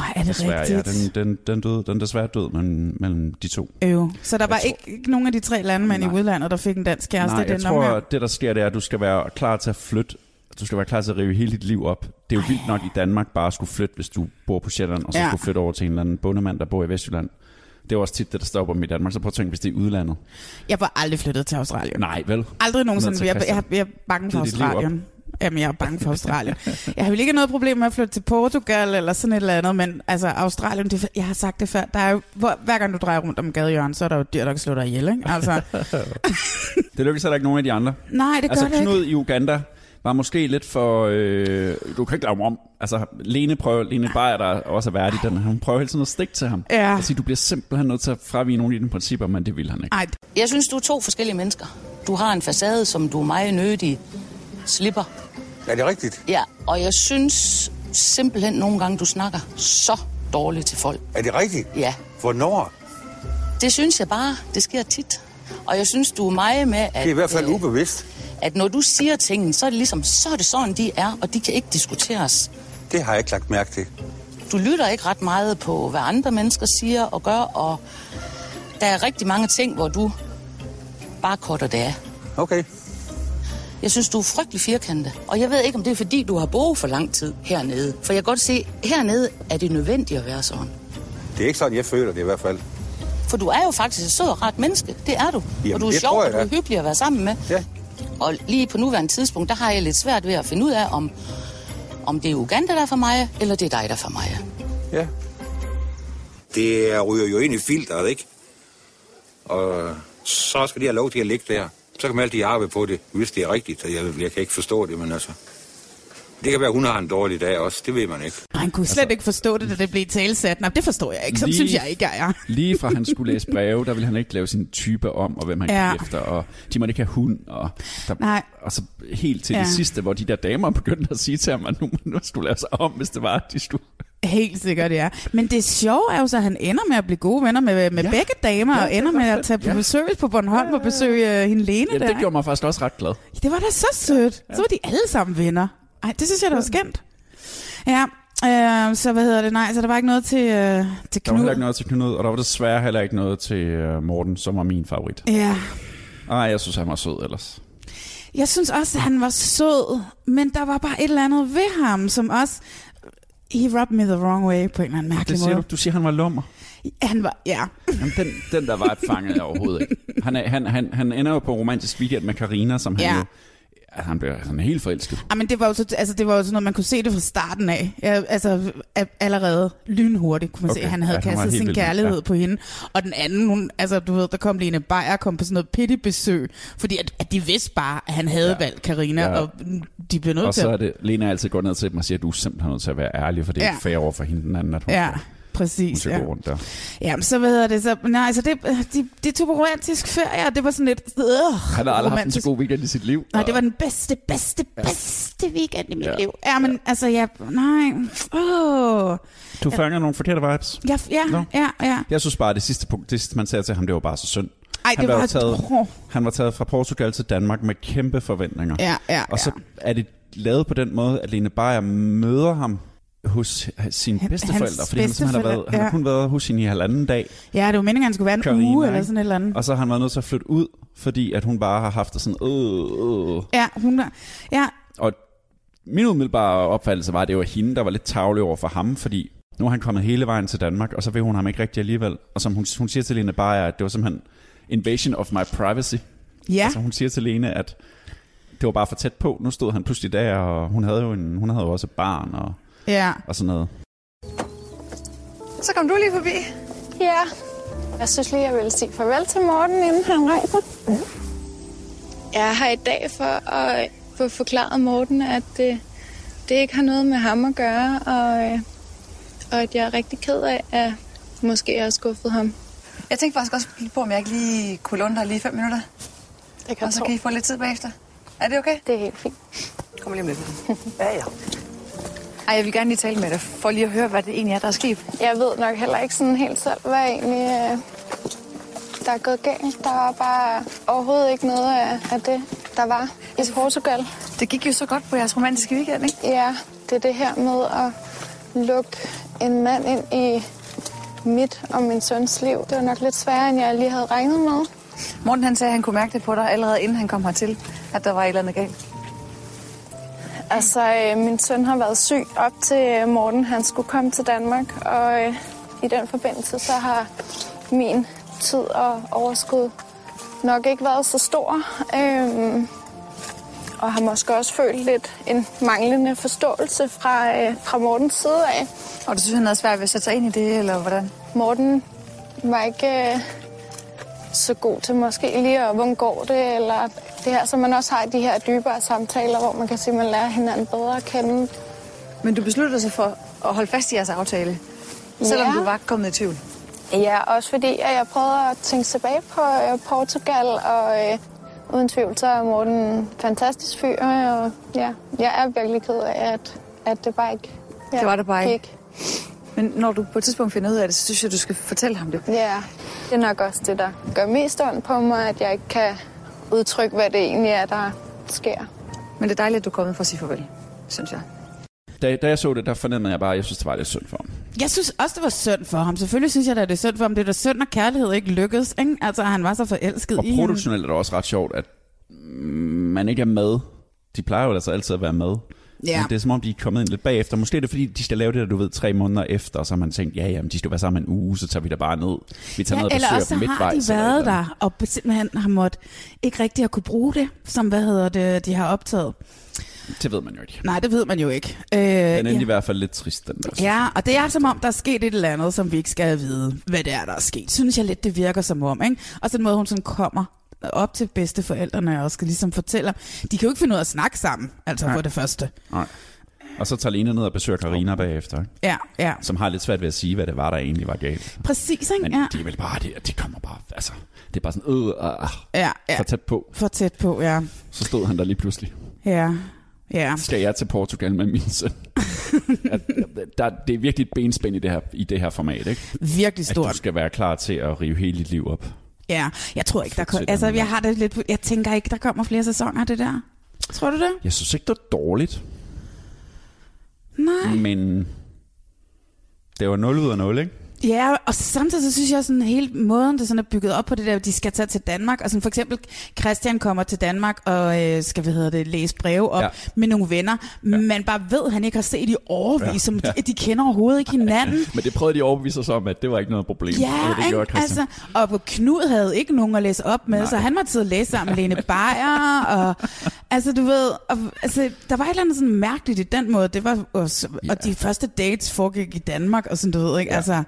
Speaker 2: Åh, er det
Speaker 1: desværre,
Speaker 2: rigtigt?
Speaker 1: Ja, den, den, den, døde, den er desværre død mellem, mellem de to.
Speaker 2: Øv. Så der var ikke, ikke nogen af de tre landmænd i udlandet, der fik en dansk kæreste
Speaker 1: Nej,
Speaker 2: i
Speaker 1: jeg
Speaker 2: den
Speaker 1: tror,
Speaker 2: omgang.
Speaker 1: at det der sker, det er, at du skal være klar til at flytte. Du skal være klar til at rive hele dit liv op. Det er jo vildt nok i Danmark bare at skulle flytte, hvis du bor på Sjælland, og så
Speaker 2: Ja.
Speaker 1: ja. skulle flytte over til en eller anden bondemand, der bor i Vestjylland. Det er jo også tit det, der stopper dem i Danmark. Så prøv at tænke, hvis det er i udlandet.
Speaker 2: Jeg var aldrig flyttet til Australien.
Speaker 1: Nej, vel?
Speaker 2: Aldrig
Speaker 1: Ned
Speaker 2: nogensinde.
Speaker 1: til
Speaker 2: Jeg, jeg, jeg,
Speaker 1: Christian.
Speaker 2: jeg er bange for
Speaker 1: Giv dit liv op.
Speaker 2: Australien. Jamen, jeg er bange for Australien. Jeg har jo ikke noget problem med at flytte til Portugal eller sådan et eller andet, men altså Australien, det, jeg har sagt det før, der er jo, hvor, hver gang du drejer rundt om gadehjørnet, så er der jo et dyr, der kan slå dig ihjel, ikke?
Speaker 1: [LAUGHS]
Speaker 2: Altså, [LAUGHS]
Speaker 1: det lykkes heller ikke nogen af de andre.
Speaker 2: Nej, det gør
Speaker 1: altså,
Speaker 2: det ikke.
Speaker 1: Knud i Uganda var måske lidt for... Øh, du kan ikke lave ham om. Altså, Lene prøver, Lene Beyer, der også er værdig, den, hun prøver hele tiden at stikke til ham.
Speaker 16: Ja.
Speaker 1: Og sige, du bliver simpelthen nødt til at fravige nogle af dine principper, men det vil han ikke.
Speaker 16: Ej. Jeg synes, du er to forskellige mennesker. Du har en facade, som du er meget nødig slipper.
Speaker 7: Er det rigtigt?
Speaker 16: Ja, og jeg synes simpelthen nogle gange, du snakker så dårligt til folk.
Speaker 7: Er det rigtigt?
Speaker 16: Ja.
Speaker 7: Hvornår?
Speaker 16: Det synes jeg bare, det sker tit. Og jeg synes, du er meget med, at...
Speaker 7: Det er i hvert fald
Speaker 16: øh,
Speaker 7: ubevidst.
Speaker 16: At når du siger tingene, så er det ligesom, så er det sådan, de er, og de kan ikke diskuteres.
Speaker 7: Det har jeg ikke lagt mærke til.
Speaker 16: Du lytter ikke ret meget på, hvad andre mennesker siger og gør, og der er rigtig mange ting, hvor du bare korter det af.
Speaker 7: Okay.
Speaker 16: Jeg synes, du er frygtelig firkantet. Og jeg ved ikke, om det er fordi, du har boet for lang tid hernede. For jeg kan godt se, hernede er det nødvendigt at være sådan.
Speaker 17: Det er ikke sådan, jeg føler det i hvert fald.
Speaker 16: For du er jo faktisk et sød og rart menneske. Det er du.
Speaker 17: Jamen,
Speaker 16: og du er
Speaker 17: det
Speaker 16: sjov,
Speaker 17: tror
Speaker 16: og
Speaker 17: jeg
Speaker 16: du er
Speaker 17: da.
Speaker 16: hyggelig at være sammen med.
Speaker 17: Ja.
Speaker 16: Og lige på nuværende tidspunkt, der har jeg lidt svært ved at finde ud af, om, om det er Uganda, der er for mig, eller det er dig, der er for mig.
Speaker 17: Det øh, ryger jo ind i filteret, ikke? Og så skal de have lov til at ligge der. Så kan man altid arbejde på det, hvis det er rigtigt. Og Jeg, jeg kan ikke forstå det, men altså... Det kan være, at hun har en dårlig dag også. Det ved man ikke.
Speaker 2: Og han kunne slet altså, ikke forstå det, da det blev talsat. Nå, det forstår jeg ikke. Sådan
Speaker 1: Lige-
Speaker 2: synes jeg ikke, jeg er.
Speaker 1: Lige fra han skulle læse breve, der ville han ikke lave sin type om, og hvem han
Speaker 2: Ja.
Speaker 1: ja. gik efter, og de måtte ikke have hund, og, der,
Speaker 2: Nej.
Speaker 1: og så helt til ja.
Speaker 2: Ja.
Speaker 1: det sidste, hvor de der damer begyndte at sige til ham, at nu, nu skulle lave sig om, hvis det var, at de skulle...
Speaker 2: Helt sikkert, ja. Men det sjove er jo så, at han ender med at blive gode venner med, med ja. begge damer, ja, og ender med at tage på besøg på Bornholm og besøge øh, hende Lene
Speaker 1: Ja,
Speaker 2: der.
Speaker 1: det gjorde mig faktisk også ret glad.
Speaker 2: ikke? Det var da så sødt. Så var de alle sammen venner. Ej, det synes jeg, der var skændt. Ja, øh, så hvad hedder det? Nej, så der var ikke noget til, øh, til
Speaker 1: Der var
Speaker 2: Knud.
Speaker 1: heller ikke noget til Knud, og der var desværre heller ikke noget til øh, Morten, som var min favorit.
Speaker 2: Ja,
Speaker 1: Ej, jeg synes, han var sød ellers.
Speaker 2: Jeg synes også, at han var sød, men der var bare et eller andet ved ham, som også... He rubbed me the wrong way på en eller anden mærkelig
Speaker 1: Det siger
Speaker 2: måde.
Speaker 1: du, du siger, han var lummer.
Speaker 2: Han var... Ja.
Speaker 1: Jamen, den, den der vibe fangede jeg overhovedet ikke. Han, er, han, han, han ender jo på romantisk weekend med Karina, som han
Speaker 2: Ja.
Speaker 1: ja. jo... Altså, han bliver sådan helt forelsket.
Speaker 2: Ej, men det var jo så, altså, det var jo sådan noget, man kunne se det fra starten af. Ja, altså a- allerede lynhurtigt kunne man okay. se,
Speaker 1: Okay.
Speaker 2: at han havde ja,
Speaker 1: Ja, han var
Speaker 2: kastet
Speaker 1: helt
Speaker 2: sin
Speaker 1: vild med-
Speaker 2: kærlighed ja.
Speaker 1: ja.
Speaker 2: på hende. Og den anden, hun, altså du ved, der kom Lene Beyer og kom på sådan noget pittybesøg, fordi at, at de vidste bare, at han havde ja. valgt Karina ja.
Speaker 1: Ja.
Speaker 2: og de blev nødt
Speaker 1: Og
Speaker 2: til
Speaker 1: så
Speaker 2: at
Speaker 1: er det, Lena altid går ned til dem og siger, at du er simpelthen nødt til at være ærlig, for det er
Speaker 2: Ja.
Speaker 1: ikke fair over for hende den anden, at hun,
Speaker 2: Ja,
Speaker 1: skal- hun
Speaker 2: præcis.
Speaker 1: skal
Speaker 2: Ja.
Speaker 1: gå rundt der.
Speaker 2: Ja, men så hvad hedder det så? Nej, så det, de, de tog på romantisk ferie, og det var sådan lidt... Øh,
Speaker 1: Han har aldrig haft en så god weekend i sit liv.
Speaker 2: Nej, det var den bedste, bedste, bedste weekend i mit ja. liv. Ja, men altså, ja, nej. Åh.
Speaker 1: Du fanger nogle forkerte vibes.
Speaker 2: Ja, ja,
Speaker 1: Nå.
Speaker 2: ja, ja.
Speaker 1: Jeg synes bare, at det sidste punkt, det sidste, man sagde til ham, det var bare så synd.
Speaker 2: Ej, det
Speaker 1: han,
Speaker 2: var...
Speaker 1: jo
Speaker 2: Åh.
Speaker 1: taget, han var taget fra Portugal til Danmark med kæmpe forventninger.
Speaker 2: Ja, ja,
Speaker 1: og så er det lavet på den måde, at Lene Beyer møder ham hos sine bedsteforældre, fordi han, simpelthen har, været,
Speaker 2: bedsteforældre,
Speaker 1: han
Speaker 2: ja.
Speaker 1: har kun været hos hende i halvanden dag.
Speaker 2: Ja, det var meningen, at han skulle være en Karina, uge eller
Speaker 1: ikke?
Speaker 2: sådan et eller andet.
Speaker 1: Og så har han været nødt til at flytte ud, fordi at hun bare har haft det sådan, øh, øh.
Speaker 2: Ja, hun... Ja,
Speaker 1: Og min umiddelbare opfattelse var, at det var hende, der var lidt tavlig over for ham, fordi nu er han kommet hele vejen til Danmark, og så vil hun ham ikke rigtig alligevel. Og som hun, hun siger til Lene Beyer, at det var simpelthen invasion of my privacy.
Speaker 2: Ja.
Speaker 1: Altså hun siger til Lene, at det var bare for tæt på. Nu stod han pludselig der, og hun havde jo, en, hun havde jo også et barn og,
Speaker 2: ja.
Speaker 1: og sådan noget.
Speaker 13: Så kom du lige forbi. Ja. Jeg synes lige, jeg ville sige farvel til Morten, inden han rejser.
Speaker 18: Jeg er her i dag for at få forklaret Morten, at øh, det ikke har noget med ham at gøre, og, øh, og at jeg er rigtig ked af, at måske jeg har skuffet ham.
Speaker 13: Jeg tænkte faktisk også lige på, om jeg ikke lige kunne låne dig lige fem minutter. Det kan Og så kan I få lidt tid bagefter. Er det okay? Det er helt fint. Kom lige om lidt.
Speaker 19: [LAUGHS]
Speaker 13: ja, ja. Ej, jeg vil gerne lige tale med dig, for lige at høre, hvad det egentlig er, der er sket.
Speaker 18: Jeg ved nok heller ikke sådan helt selv, hvad egentlig øh, der er gået galt. Der var bare overhovedet ikke noget af, af det, der var i Portugal.
Speaker 13: Det gik jo så godt på jeres romantiske weekend, ikke?
Speaker 18: Ja, det er det her med at lukke en mand ind i mit og min søns liv. Det var nok lidt sværere, end jeg lige havde regnet med.
Speaker 13: Morten han sagde, at han kunne mærke det på dig allerede inden han kom hertil, at der var et eller andet galt.
Speaker 18: Altså, øh, min søn har været syg op til øh, Morten. Han skulle komme til Danmark, og øh, i den forbindelse så har min tid og overskud nok ikke været så stor. Øh, og har måske også følt lidt en manglende forståelse fra, øh, fra Mortens side af.
Speaker 13: Og du synes, han havde svært ved at sætte sig ind i det, eller hvordan?
Speaker 18: Morten var ikke øh, så god til måske lige at undgå det, eller det her, som man også har i de her dybere samtaler, hvor man kan sige, at man lærer hinanden bedre at kende.
Speaker 13: Men du besluttede sig for at holde fast i jeres aftale, selvom
Speaker 18: Ja.
Speaker 13: du var kommet i tvivl.
Speaker 18: Ja, også fordi at jeg prøvede at tænke tilbage på øh, Portugal, og øh, uden tvivl, så er Morten en fantastisk fyr, og ja, jeg er virkelig ked af, at, at det bare ikke ja,
Speaker 13: Det var det bare
Speaker 18: gik.
Speaker 13: ikke. Men når du på et tidspunkt finder ud af det, så synes jeg, du skal fortælle ham det.
Speaker 18: Ja, det er nok også det, der gør mest ondt på mig, at jeg ikke kan udtrykke, hvad det egentlig er, der sker.
Speaker 13: Men det er dejligt, at du er kommet for at sige farvel, synes jeg.
Speaker 1: Da, da jeg så det, der fornemmede jeg bare, at jeg synes, det var lidt synd for ham.
Speaker 2: Jeg synes også, det var synd for ham. Selvfølgelig synes jeg, da, det er synd for ham. Det er da synd, når kærlighed ikke lykkedes. Ikke? Altså, han var så forelsket
Speaker 1: Og
Speaker 2: i hende.
Speaker 1: produktionelt er det også ret sjovt, at mm, man ikke er med. De plejer jo altså altid at være med.
Speaker 2: Ja.
Speaker 1: Men det er som om, de er kommet ind lidt bagefter. Måske er det fordi, de skal lave det, der, du ved, tre måneder efter, og så har man tænkt, ja, jamen, de skal være sammen en uge, så tager vi da bare ned. Vi tager ja, ned og
Speaker 2: eller
Speaker 1: besøger
Speaker 2: også
Speaker 1: dem
Speaker 2: har de
Speaker 1: midtvejs. eller et
Speaker 2: været
Speaker 1: eller andet.
Speaker 2: der, og simpelthen har måttet ikke rigtig at kunne bruge det, som hvad hedder det, de har optaget.
Speaker 1: Det ved man jo ikke.
Speaker 2: Nej, det ved man jo ikke. Øh,
Speaker 1: Den er
Speaker 2: ja.
Speaker 1: i hvert fald lidt trist, den der.
Speaker 2: Ja, og det er som om, der er sket et eller andet, som vi ikke skal vide, hvad det er, der er sket. Synes jeg lidt, det virker som om, ikke? Og så den måde, hun sådan kommer op til bedsteforældrene og skal ligesom fortælle om, de kan jo ikke finde ud af at snakke sammen, altså
Speaker 1: Nej.
Speaker 2: for det første.
Speaker 1: Nej. Og så tager Lene ned og besøger Karina bagefter, ikke?
Speaker 2: Ja, ja.
Speaker 1: som har lidt svært ved at sige, hvad det var, der egentlig var galt.
Speaker 2: Præcis, ikke?
Speaker 1: Men
Speaker 2: Ja.
Speaker 1: det er vel bare, det, det kommer bare, altså, det er bare sådan, øh, øh,
Speaker 2: Ja, ja.
Speaker 1: for tæt på.
Speaker 2: For tæt på, ja.
Speaker 1: Så stod han der lige pludselig.
Speaker 2: Ja, ja.
Speaker 1: Skal jeg til Portugal med min
Speaker 2: [LAUGHS]
Speaker 1: søn? at, der, det er virkelig et benspænd i det her, i det her format, ikke?
Speaker 2: Virkelig stort.
Speaker 1: At du skal være klar til at rive hele dit liv op.
Speaker 2: Ja, jeg tror ikke, der kommer...
Speaker 1: Fortsætter
Speaker 2: Altså,
Speaker 1: med
Speaker 2: jeg har det lidt... på- Jeg tænker ikke, der kommer flere sæsoner af det der. Tror du det?
Speaker 1: Jeg synes ikke, det er dårligt,
Speaker 2: Nej.
Speaker 1: men det var 0 ud af 0, ikke?
Speaker 2: Ja, og samtidig så synes jeg sådan hele måden, det sådan er bygget op på det der, at de skal tage til Danmark. Og sådan for eksempel, Christian kommer til Danmark og øh, skal, hvad hedder det, læse breve op ja.
Speaker 1: Ja.
Speaker 2: med nogle venner. Ja. Man bare ved, han ikke har set i årevis, ja.
Speaker 1: Ja,
Speaker 2: som de,
Speaker 1: ja.
Speaker 2: de kender overhovedet ikke hinanden.
Speaker 1: Men det prøvede de at overbevise os om, at det var ikke noget problem.
Speaker 2: Ja,
Speaker 1: og det gjorde
Speaker 2: ikke?
Speaker 1: Christian.
Speaker 2: altså, og Knud havde ikke nogen at læse op med, Nej.
Speaker 1: Nej.
Speaker 2: så han måtte sidde og læse sammen med Lene Beyer,
Speaker 1: [LAUGHS]
Speaker 2: og altså du ved, og, altså, der var et eller andet sådan mærkeligt i den måde, det var, og, ja. og de første dates foregik i Danmark, og sådan du ved, ikke, ja. altså,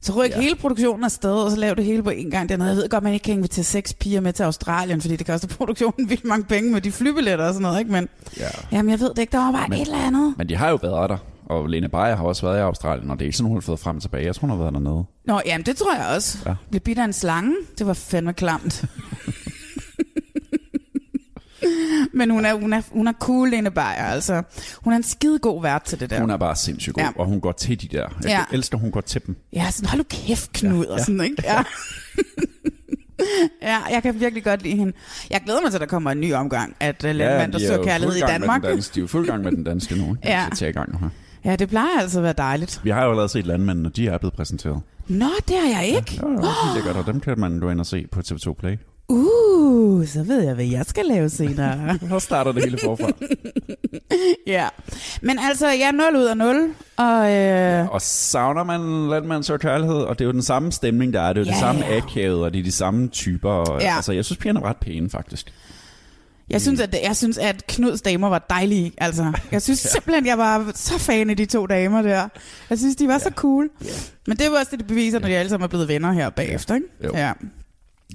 Speaker 2: så ryk ja. hele produktionen afsted, og så lav det hele på en gang dernede. Jeg ved godt, man ikke kan invitere seks piger med til Australien, fordi det koster produktionen vildt mange penge med de flybilletter og sådan noget, ikke? Men,
Speaker 1: Ja.
Speaker 2: jamen, jeg ved det ikke, der var bare men, et eller andet.
Speaker 1: Men de har jo været der, og Lene Beyer har også været i Australien, og det er ikke sådan, hun har fået frem og tilbage. Jeg tror, hun har været dernede.
Speaker 2: Nå, jamen, det tror jeg også. Ja.
Speaker 1: Ja.
Speaker 2: Blev bidt af en slange. Det var fandme klamt. Men hun er, hun, er, hun er cool, Lene Beyer, altså. Hun er en skide god vært til det der.
Speaker 1: Hun er bare sindssygt god,
Speaker 2: Ja.
Speaker 1: ja. og hun går til de der. Jeg
Speaker 2: Ja.
Speaker 1: ja. elsker, hun går til dem.
Speaker 2: Ja, sådan, hold nu kæft, Knud, ja,
Speaker 1: Ja,
Speaker 2: og
Speaker 1: ja.
Speaker 2: sådan, ikke? Ja. ja, jeg kan virkelig godt lide hende. Jeg glæder mig til, at der kommer en ny omgang, at uh, Landmand, der
Speaker 1: de er
Speaker 2: så
Speaker 1: jo
Speaker 2: kærlighed
Speaker 1: fuld
Speaker 2: i
Speaker 1: gang
Speaker 2: Danmark.
Speaker 1: Med den danske, de er jo fuld gang med den danske nu. Ikke?
Speaker 2: [LAUGHS] Ja.
Speaker 1: Ja. Til i gang nu her.
Speaker 2: Ja, det plejer altså at være dejligt.
Speaker 1: Vi har jo allerede set landmændene, de er blevet præsenteret.
Speaker 2: Nå, det har jeg ikke.
Speaker 1: Ja, oh. lækkert, og dem kan man gå ind og se på TV2 Play.
Speaker 2: [GASPS] Uh, så ved jeg, hvad jeg skal lave senere. [LAUGHS]
Speaker 1: Så starter det hele forfra.
Speaker 2: ja. Men altså, jeg er 0 ud af 0, og... Øh,
Speaker 1: Og savner man landmand så kærlighed, og det er jo den samme stemning, der er. Det er jo
Speaker 2: Ja,
Speaker 1: det samme
Speaker 2: ja.
Speaker 1: akavet, og det er de samme typer. Og,
Speaker 2: Ja.
Speaker 1: ja. Altså, jeg synes, pigerne er ret pæne, faktisk.
Speaker 2: Jeg synes, at, jeg synes, at Knuds damer var dejlige. Altså, jeg [LAUGHS] synes simpelthen, jeg var så fan af de to damer der. Jeg synes, de var ja. så cool. Ja. Men det var også det, det beviser, når de alle sammen er blevet venner her bagefter. Ikke?
Speaker 1: Jo.
Speaker 2: Ja.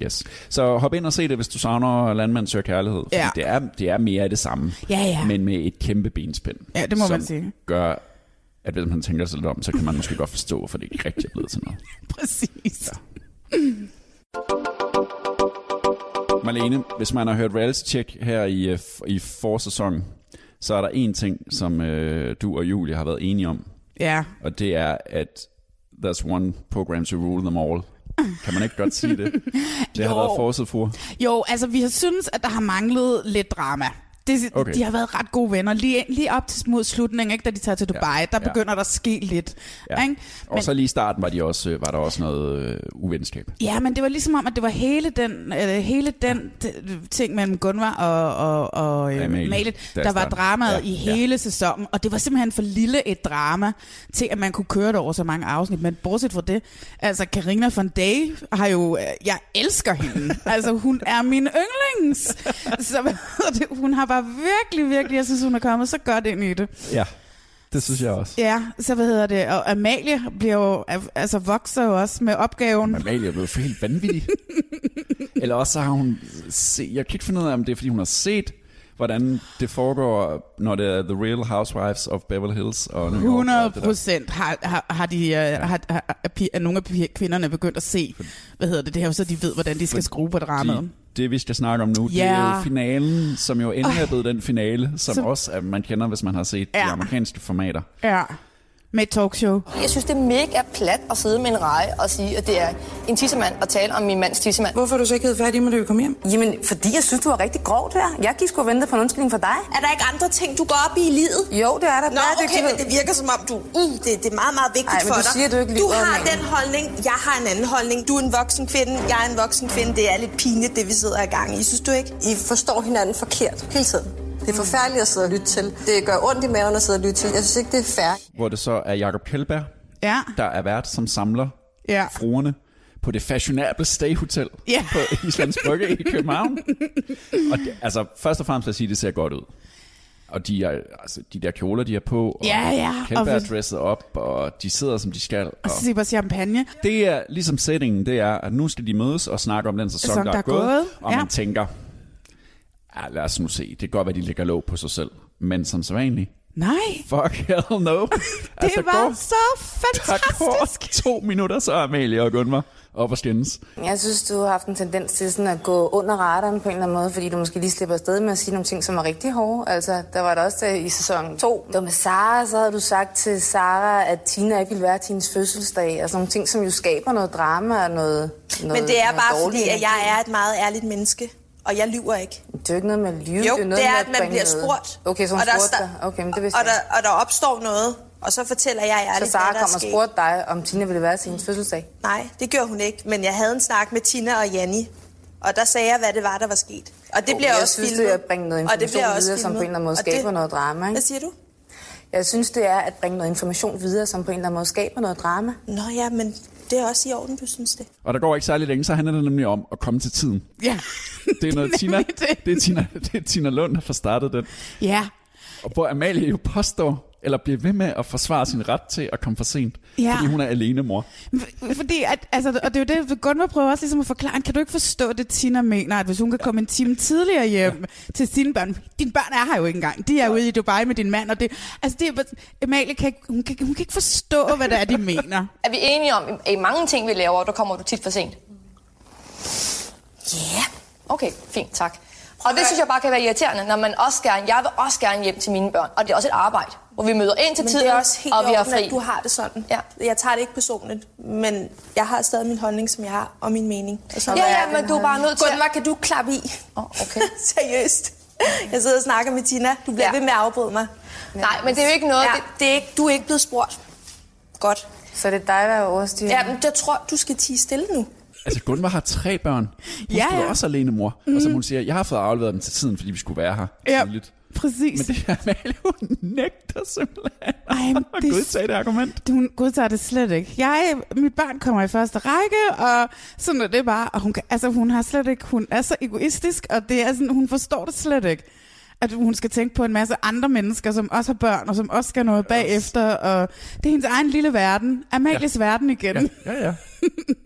Speaker 1: Yes. Så hop ind og se det, hvis du savner Landmand søger kærlighed. fordi
Speaker 2: Ja.
Speaker 1: Det, er, det er mere af det samme,
Speaker 2: Ja, ja.
Speaker 1: men med et kæmpe benspænd.
Speaker 2: Ja, det må
Speaker 1: som
Speaker 2: man sige.
Speaker 1: gør, at hvis man tænker sig lidt om, så kan man måske godt forstå, for det ikke rigtig er blevet til noget.
Speaker 2: Præcis.
Speaker 1: Marlene, hvis man har hørt reality check her i, øh, f- i forsæsonen, så er der en ting, som øh, du og Julie har været enige om.
Speaker 2: Ja. [LAUGHS]
Speaker 1: Og det er, at there's one program to rule them all. Kan man ikke godt sige
Speaker 2: [LAUGHS]
Speaker 1: det? Det har
Speaker 2: Jo.
Speaker 1: været forsæt for.
Speaker 2: Jo, altså vi har synes, at der har manglet lidt drama. Det, okay.
Speaker 1: Okay.
Speaker 2: De har været ret gode venner. Lige, lige op til mod slutningen, ikke, da de tager til Dubai, ja. der
Speaker 1: ja.
Speaker 2: begynder der at ske lidt. Ja. Ikke?
Speaker 1: Og så lige i starten var, de også, var der også noget øh, uvenskab.
Speaker 2: Ja, men det var ligesom om, at det var hele den, øh, hele den t- ting mellem Gunvar og, og, og øh, Amalie,
Speaker 1: Amalie, der
Speaker 2: der var
Speaker 1: startede.
Speaker 2: dramaet ja,
Speaker 1: Ja,
Speaker 2: i
Speaker 1: ja.
Speaker 2: hele sæsonen. Og det var simpelthen for lille et drama til, at man kunne køre det over så mange afsnit. Men bortset fra det, altså Karina von Day har jo... øh, Jeg elsker hende. altså hun er min yndlings. Så hvad hedder det? hun har bare virkelig, virkelig... Jeg synes, hun er kommet så godt ind i det.
Speaker 1: Ja, det synes jeg også.
Speaker 2: Ja, så hvad hedder det? Og Amalie bliver jo, altså vokser jo også med opgaven.
Speaker 1: Amalie er blevet
Speaker 2: [LAUGHS]
Speaker 1: helt vanvittig. Eller også så har hun set, jeg kan ikke finde ud af, om det er, fordi hun har set, hvordan det foregår, når det er The Real Housewives of Beverly Hills. Og New York, og alt
Speaker 2: 100
Speaker 1: det der.
Speaker 2: procent har, har, har, de, uh, har, har, har, er nogle af pi- kvinderne begyndt at se, hvad hedder det, det her, så de ved, hvordan de skal skrue på dramaet.
Speaker 1: De- Det vi skal snakke om nu, yeah. det
Speaker 2: Ja.
Speaker 1: er jo finalen, som jo endelig er blevet den finale, som øh,
Speaker 2: Som-
Speaker 1: også er, man kender, hvis man har set
Speaker 2: Ja.
Speaker 1: de amerikanske formater.
Speaker 2: Ja. med et talkshow.
Speaker 19: Jeg synes, det er mega plat at sidde med en reje og sige, at det er en tissemand og tale om min mands tissemand. Hvorfor har du så ikke hedder fat i mig, da vi kom hjem? Jamen, fordi jeg synes, du var rigtig grov der. Jeg gik sgu og ventede på en undskyldning fra dig.
Speaker 20: Er der ikke andre ting, du går op i i livet?
Speaker 19: Jo, det er der.
Speaker 20: Nå, okay, men det virker som om, du, mm, det, det er meget, meget vigtigt
Speaker 19: Ej, men
Speaker 20: for
Speaker 19: du
Speaker 20: dig.
Speaker 19: siger, du ikke
Speaker 20: du
Speaker 19: lyver om
Speaker 20: har
Speaker 19: manden.
Speaker 20: den holdning, jeg har en anden holdning. Du er en voksen kvinde, jeg er en voksen kvinde. Det er lidt pinligt, det vi sidder i gang i, synes du ikke? Mm. I forstår hinanden forkert hele tiden. Det er forfærdeligt at sidde og lytte til. Det gør ondt i maven at sidde og lytte til. Jeg synes ikke, det er fair.
Speaker 1: Hvor det så er Jakob Helberg,
Speaker 2: Ja.
Speaker 1: der er vært, som samler
Speaker 2: Ja.
Speaker 1: fruerne på det fashionable Stay Hotel
Speaker 2: Ja.
Speaker 1: på Islands Brygge i København. Og det, altså, først og fremmest vil jeg sige, at det ser godt ud. Og de, er, altså, de der kjoler, de er på, og
Speaker 2: Ja, ja, og
Speaker 1: Helberg er
Speaker 2: vi-
Speaker 1: dresset op, og de sidder, som de skal.
Speaker 2: Og
Speaker 1: Og
Speaker 2: så sipper champagne.
Speaker 1: det er ligesom sætningen, det er, at nu skal de mødes og snakke om den sæson,
Speaker 2: Sæson,
Speaker 1: der,
Speaker 2: der er
Speaker 1: er gået.
Speaker 2: gået,
Speaker 1: Og
Speaker 2: ja.
Speaker 1: man tænker, ja, lad os nu se, det kan godt være, de lægger låg på sig selv. Men som så vanligt,
Speaker 2: Nej.
Speaker 1: fuck hell no. det
Speaker 2: [LAUGHS] Det var
Speaker 1: går,
Speaker 2: så fantastisk.
Speaker 1: fantastisk. to minutter, så er Amalie og Gunvar op og skændes.
Speaker 12: Jeg synes, du har haft en tendens til sådan at gå under radaren på en eller anden måde, fordi du måske lige slipper afsted med at sige nogle ting, som er rigtig hårde. Altså, der var der også øh, i sæson 2, der med Sara, så havde du sagt til Sara, at Tina ikke ville være til hendes fødselsdag, og sådan nogle ting, som jo skaber noget drama og noget, noget
Speaker 20: Men det er
Speaker 12: noget
Speaker 20: bare
Speaker 12: dårlig
Speaker 20: fordi, at
Speaker 12: energi.
Speaker 20: jeg er et meget ærligt menneske, og jeg lyver ikke.
Speaker 12: Det er jo ikke noget med at lyve,
Speaker 20: Jo,
Speaker 12: det er noget
Speaker 20: det er,
Speaker 12: med
Speaker 20: at man
Speaker 12: bringe
Speaker 20: bliver
Speaker 12: noget-
Speaker 20: spurgt.
Speaker 12: Okay, så hun
Speaker 20: Og der
Speaker 12: spurgte
Speaker 20: sta-
Speaker 12: dig. Okay, men det vidste
Speaker 20: Og
Speaker 12: jeg
Speaker 20: der, og der opstår noget, og så fortæller jeg
Speaker 12: ikke.
Speaker 20: ærligt,
Speaker 12: Så Sara
Speaker 20: hvad der
Speaker 12: kom
Speaker 20: er
Speaker 12: og
Speaker 20: sket.
Speaker 12: spurgte dig, om Tina ville være til hendes fødselsdag.
Speaker 20: Nej, det gjorde hun ikke, men jeg havde en snak med Tina og Janni, og der sagde jeg, hvad det var, der var sket. Og det bliver
Speaker 12: jeg
Speaker 20: også
Speaker 12: synes,
Speaker 20: filmet.
Speaker 12: det er at bringe noget
Speaker 20: og det
Speaker 12: information
Speaker 20: bliver også
Speaker 12: videre, som på en eller
Speaker 20: filmet.
Speaker 12: anden måde
Speaker 20: Og det-
Speaker 12: skaber noget drama. Ikke?
Speaker 20: Hvad siger du?
Speaker 12: Jeg synes, det er at bringe noget information videre, som på en eller anden måde skaber noget drama.
Speaker 20: Nå ja, men det er også i orden, du synes det.
Speaker 1: Og der går ikke særlig længe, så handler det nemlig om at komme til tiden.
Speaker 2: Ja.
Speaker 1: Det er
Speaker 2: [LAUGHS]
Speaker 1: noget Tina, det. er Tina, det er Tina Lund, der får startet den.
Speaker 2: Ja.
Speaker 1: Og hvor Amalie jo påstår, eller bliver ved med at forsvare sin ret til at komme for sent.
Speaker 2: Ja.
Speaker 1: Fordi hun er alene mor.
Speaker 2: Fordi, at, altså, og det er jo det, Gunvar prøver også ligesom at forklare, kan du ikke forstå det, Tina mener, at hvis hun kan komme en time tidligere hjem ja. til sine børn, dine børn er her jo ikke engang, de er ude i Dubai med din mand, og det, altså det er, bare- Amalie kan, ikke- hun kan, hun kan ikke forstå, hvad det er, de mener.
Speaker 19: Er vi enige om, at i mange ting, vi laver, der kommer du tit for sent? Ja. Yeah. Okay, fint, tak. Og det synes jeg bare kan være irriterende, når man også gerne, jeg vil også gerne hjem til mine børn, og det er også et arbejde, hvor vi møder ind til
Speaker 20: Men
Speaker 19: tiden,
Speaker 20: det er også helt
Speaker 19: og vi har
Speaker 20: orden,
Speaker 19: fri.
Speaker 20: at du har det sådan. Ja. Jeg tager det ikke personligt, men jeg har stadig min holdning, som jeg har, og min mening. Og
Speaker 19: Ja, ja, men du er bare nødt til at-
Speaker 20: Gunvar, kan du klappe i?
Speaker 19: Åh, oh, okay.
Speaker 20: [LAUGHS] Seriøst. Jeg sidder og snakker med Tina. Du bliver ja. ved med at afbryde mig.
Speaker 19: Nej, men det er jo ikke noget-
Speaker 20: Ja,
Speaker 19: det-
Speaker 20: det er ikke, du er ikke blevet spurgt. Godt.
Speaker 12: Så det er dig, der er overstyret?
Speaker 20: Ja, men jeg tror, du skal tige stille nu.
Speaker 1: Altså Gunvar har tre børn. Hun
Speaker 20: Ja,
Speaker 1: ja, ja.
Speaker 20: ja.
Speaker 1: også alene mor. Mm. Og som hun siger, jeg har fået afleveret dem til tiden, fordi vi skulle være her.
Speaker 2: Ja,
Speaker 1: tidligt.
Speaker 2: præcis.
Speaker 1: Men det er Amalie, hun nægter simpelthen.
Speaker 2: Ej, men det,
Speaker 1: godtage det argument.
Speaker 2: Det, hun godtager det slet ikke. Jeg, mit barn kommer i første række, og sådan er det bare. Og hun, kan- altså, hun, har slet ikke, hun er så egoistisk, og det er sådan, hun forstår det slet ikke. At hun skal tænke på en masse andre mennesker, som også har børn, og som også skal noget bagefter. Og det er hendes egen lille verden. Amalies ja. verden igen. Ja.
Speaker 1: Ja, ja.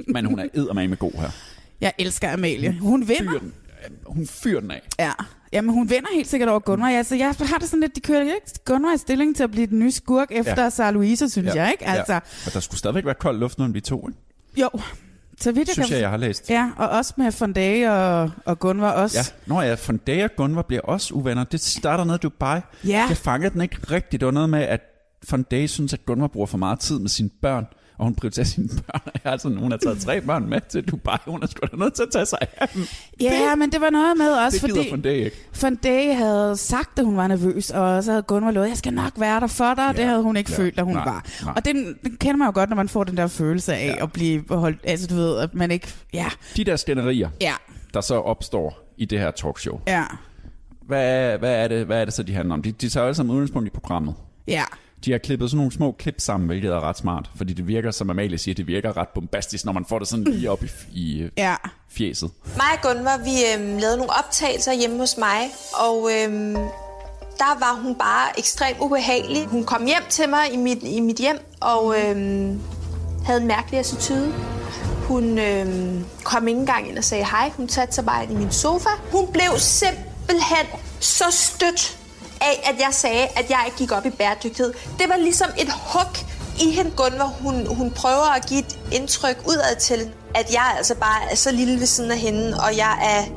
Speaker 1: Men hun er eddermame god her.
Speaker 2: Jeg elsker Amalie. Hun vinder.
Speaker 1: Fyr den. Hun fyrer den af.
Speaker 2: Ja. Jamen, hun vinder helt sikkert over Gunvar. Altså, jeg har det sådan lidt, de kører ikke Gunvar i stilling til at blive den nye skurk efter ja. Sarah Louise, synes ja. jeg, ikke? Altså, ja.
Speaker 1: Og der skulle stadigvæk være kold luft, når vi to, ikke?
Speaker 2: Jo, så vidt jeg
Speaker 1: Synes
Speaker 2: kan...
Speaker 1: jeg, jeg har læst.
Speaker 2: Ja, og også med Fondage og, og Gunvar også.
Speaker 1: Ja. Nå ja, Fondage og Gunvar bliver også uvenner. Det starter nede i Dubai.
Speaker 2: Ja.
Speaker 1: Jeg fangede den ikke rigtigt. Det var noget med, at Fondage synes, at Gunvar bruger for meget tid med sine børn. Og hun prioriterer sine [LAUGHS] børn. Jeg har altså, hun har taget tre børn med til Dubai. Hun er sgu da nødt til at tage sig af dem.
Speaker 2: Ja, men det var noget med også,
Speaker 1: det gider
Speaker 2: fordi
Speaker 1: Fondage ikke.
Speaker 2: Fondage havde sagt, at hun var nervøs, og så havde Gunvar lovet, jeg skal nok være der for dig, og det havde hun ikke
Speaker 1: ja,
Speaker 2: følt, at hun
Speaker 1: nej,
Speaker 2: var.
Speaker 1: nej.
Speaker 2: Og den, den kender man jo godt, når man får den der følelse af at blive holdt, altså du ved, at man ikke, ja,
Speaker 1: De der skænderier,
Speaker 2: ja,
Speaker 1: der så opstår i det her talkshow.
Speaker 2: ja,
Speaker 1: Hvad, hvad, er det, hvad er det så, de handler om? De, de tager alle sammen udgangspunkt i programmet.
Speaker 2: ja.
Speaker 1: De har klippet sådan nogle små klip sammen, hvilket er ret smart, fordi det virker, som Amalie siger, det virker ret bombastisk, når man får det sådan lige op i, i øh,
Speaker 20: Ja.
Speaker 1: fjeset.
Speaker 20: Mig og Gunvar, vi øhm, lavede nogle optagelser hjemme hos mig, og øhm, der var hun bare ekstremt ubehagelig. Hun kom hjem til mig i mit, i mit hjem, og øhm, havde en mærkelig attitude. Hun øhm, kom ikke engang ind og sagde hej. Hun satte sig bare ind i min sofa. Hun blev simpelthen så stødt af, at jeg sagde, at jeg ikke gik op i bæredygtighed. Det var ligesom et hug i hende, Gunvar. Hun, hun prøver at give et indtryk udad til, at jeg altså bare er så lille ved siden af hende, og jeg er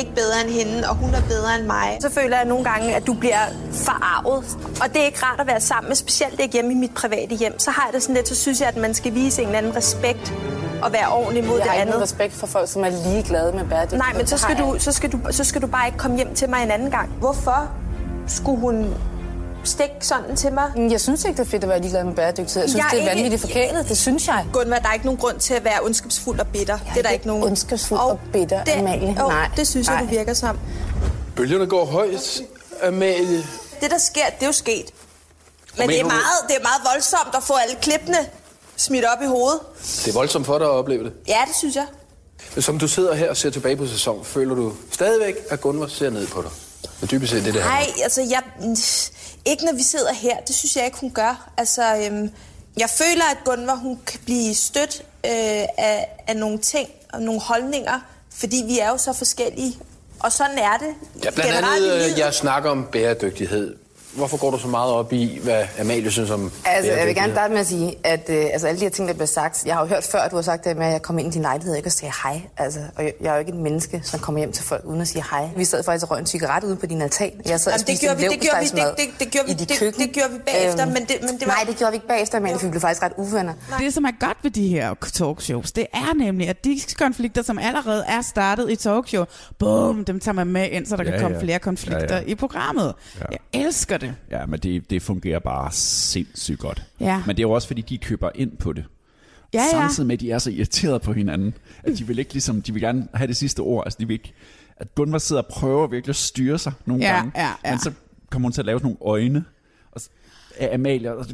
Speaker 20: ikke bedre end hende, og hun er bedre end mig. Så føler jeg nogle gange, at du bliver forarvet. Og det er ikke rart at være sammen med, specielt ikke hjemme i mit private hjem. Så har jeg det sådan lidt, så synes jeg, at man skal vise en eller anden respekt og være ordentlig mod
Speaker 12: Jeg
Speaker 20: det
Speaker 12: har ikke
Speaker 20: andet.
Speaker 12: nogen respekt for folk, som er ligeglade med bæredygtighed.
Speaker 20: Nej, men så
Speaker 12: Det har
Speaker 20: skal,
Speaker 12: jeg
Speaker 20: du, så, skal du, så skal du bare ikke komme hjem til mig en anden gang. Hvorfor skulle hun stikke sådan til mig?
Speaker 12: Jeg synes ikke, det er fedt at være ligeglad med bæredygtighed. Jeg synes, det er vanvittigt forkælet. Det synes jeg.
Speaker 20: Gunvar, der er ikke nogen grund til at være ondskabsfuld og bitter. Jeg det er der ikke nogen.
Speaker 12: Ondskabsfuld og, og bitter,
Speaker 20: det,
Speaker 12: Amalie.
Speaker 20: Jo,
Speaker 12: Nej,
Speaker 20: det synes jeg,
Speaker 12: nej.
Speaker 20: du virker som.
Speaker 5: Bølgerne går højt, Amalie.
Speaker 20: Det, der sker, det er jo sket. Men
Speaker 5: Mener
Speaker 20: det er,
Speaker 5: du-
Speaker 20: meget, det er meget voldsomt at få alle klippene smidt op i hovedet.
Speaker 5: Det er voldsomt for dig at opleve det.
Speaker 20: Ja, det synes jeg.
Speaker 5: Men som du sidder her og ser tilbage på sæsonen, føler du stadigvæk, at Gunvar ser ned på dig? Det er dybest set det, det handler
Speaker 20: Nej,
Speaker 5: om.
Speaker 20: altså, jeg, ikke når vi sidder her. Det synes jeg ikke, hun gør. Altså, øhm, jeg føler, at Gunvar, hun kan blive stødt øh, af, af nogle ting og nogle holdninger, fordi vi er jo så forskellige. Og sådan er det.
Speaker 5: Ja, blandt
Speaker 20: generelt i
Speaker 5: andet,
Speaker 20: livet.
Speaker 5: øh, jeg snakker om bæredygtighed. Hvorfor går du så meget op i, hvad Amalie synes om
Speaker 12: Altså, jeg vil gerne
Speaker 5: bæredygtighed?
Speaker 12: starte med at sige, at øh, altså, alle de her ting, der bliver sagt, jeg har jo hørt før, at du har sagt det med, at jeg kommer ind i din lejlighed ikke, og siger hej. Altså, og jeg, jeg er jo ikke et menneske, som kommer hjem til folk uden at sige hej. Vi sad faktisk og røg en cigaret ude på din altan. Jeg sad
Speaker 20: Jamen,
Speaker 12: og
Speaker 20: det
Speaker 12: spiste Altså,
Speaker 20: gjorde
Speaker 12: en
Speaker 20: vi- det gjorde vi- det-
Speaker 12: leverpostejsmad
Speaker 20: det- det gjorde vi-
Speaker 12: i dit
Speaker 20: det-
Speaker 12: køkken.
Speaker 20: det gjorde vi bagefter, men det- men det var-
Speaker 12: Nej, det gjorde vi ikke bagefter, men vi blev faktisk ret uvenner.
Speaker 2: Det, som er godt ved de her talkshows, det er nemlig, at de konflikter, som allerede er startet i talkshow, bum, dem tager man med ind, så der
Speaker 1: Ja,
Speaker 2: ja, kan komme
Speaker 1: ja.
Speaker 2: flere konflikter
Speaker 1: Ja,
Speaker 2: ja,
Speaker 1: ja.
Speaker 2: ja. i programmet. Ja. Jeg elsker det.
Speaker 1: Ja, men det, det fungerer bare sindssygt godt.
Speaker 2: Ja.
Speaker 1: Men det er jo også, fordi de køber ind på det.
Speaker 2: Ja, ja.
Speaker 1: Samtidig med, at de er så irriterede på hinanden, at de vil ikke ligesom, de vil gerne have det sidste ord. Altså, de vil ikke, at Gunvar sidder og prøver virkelig at styre sig nogle
Speaker 2: Ja,
Speaker 1: gange.
Speaker 2: ja, ja.
Speaker 1: Men så kommer hun til at lave sådan nogle øjne og s- af Amalie. Og,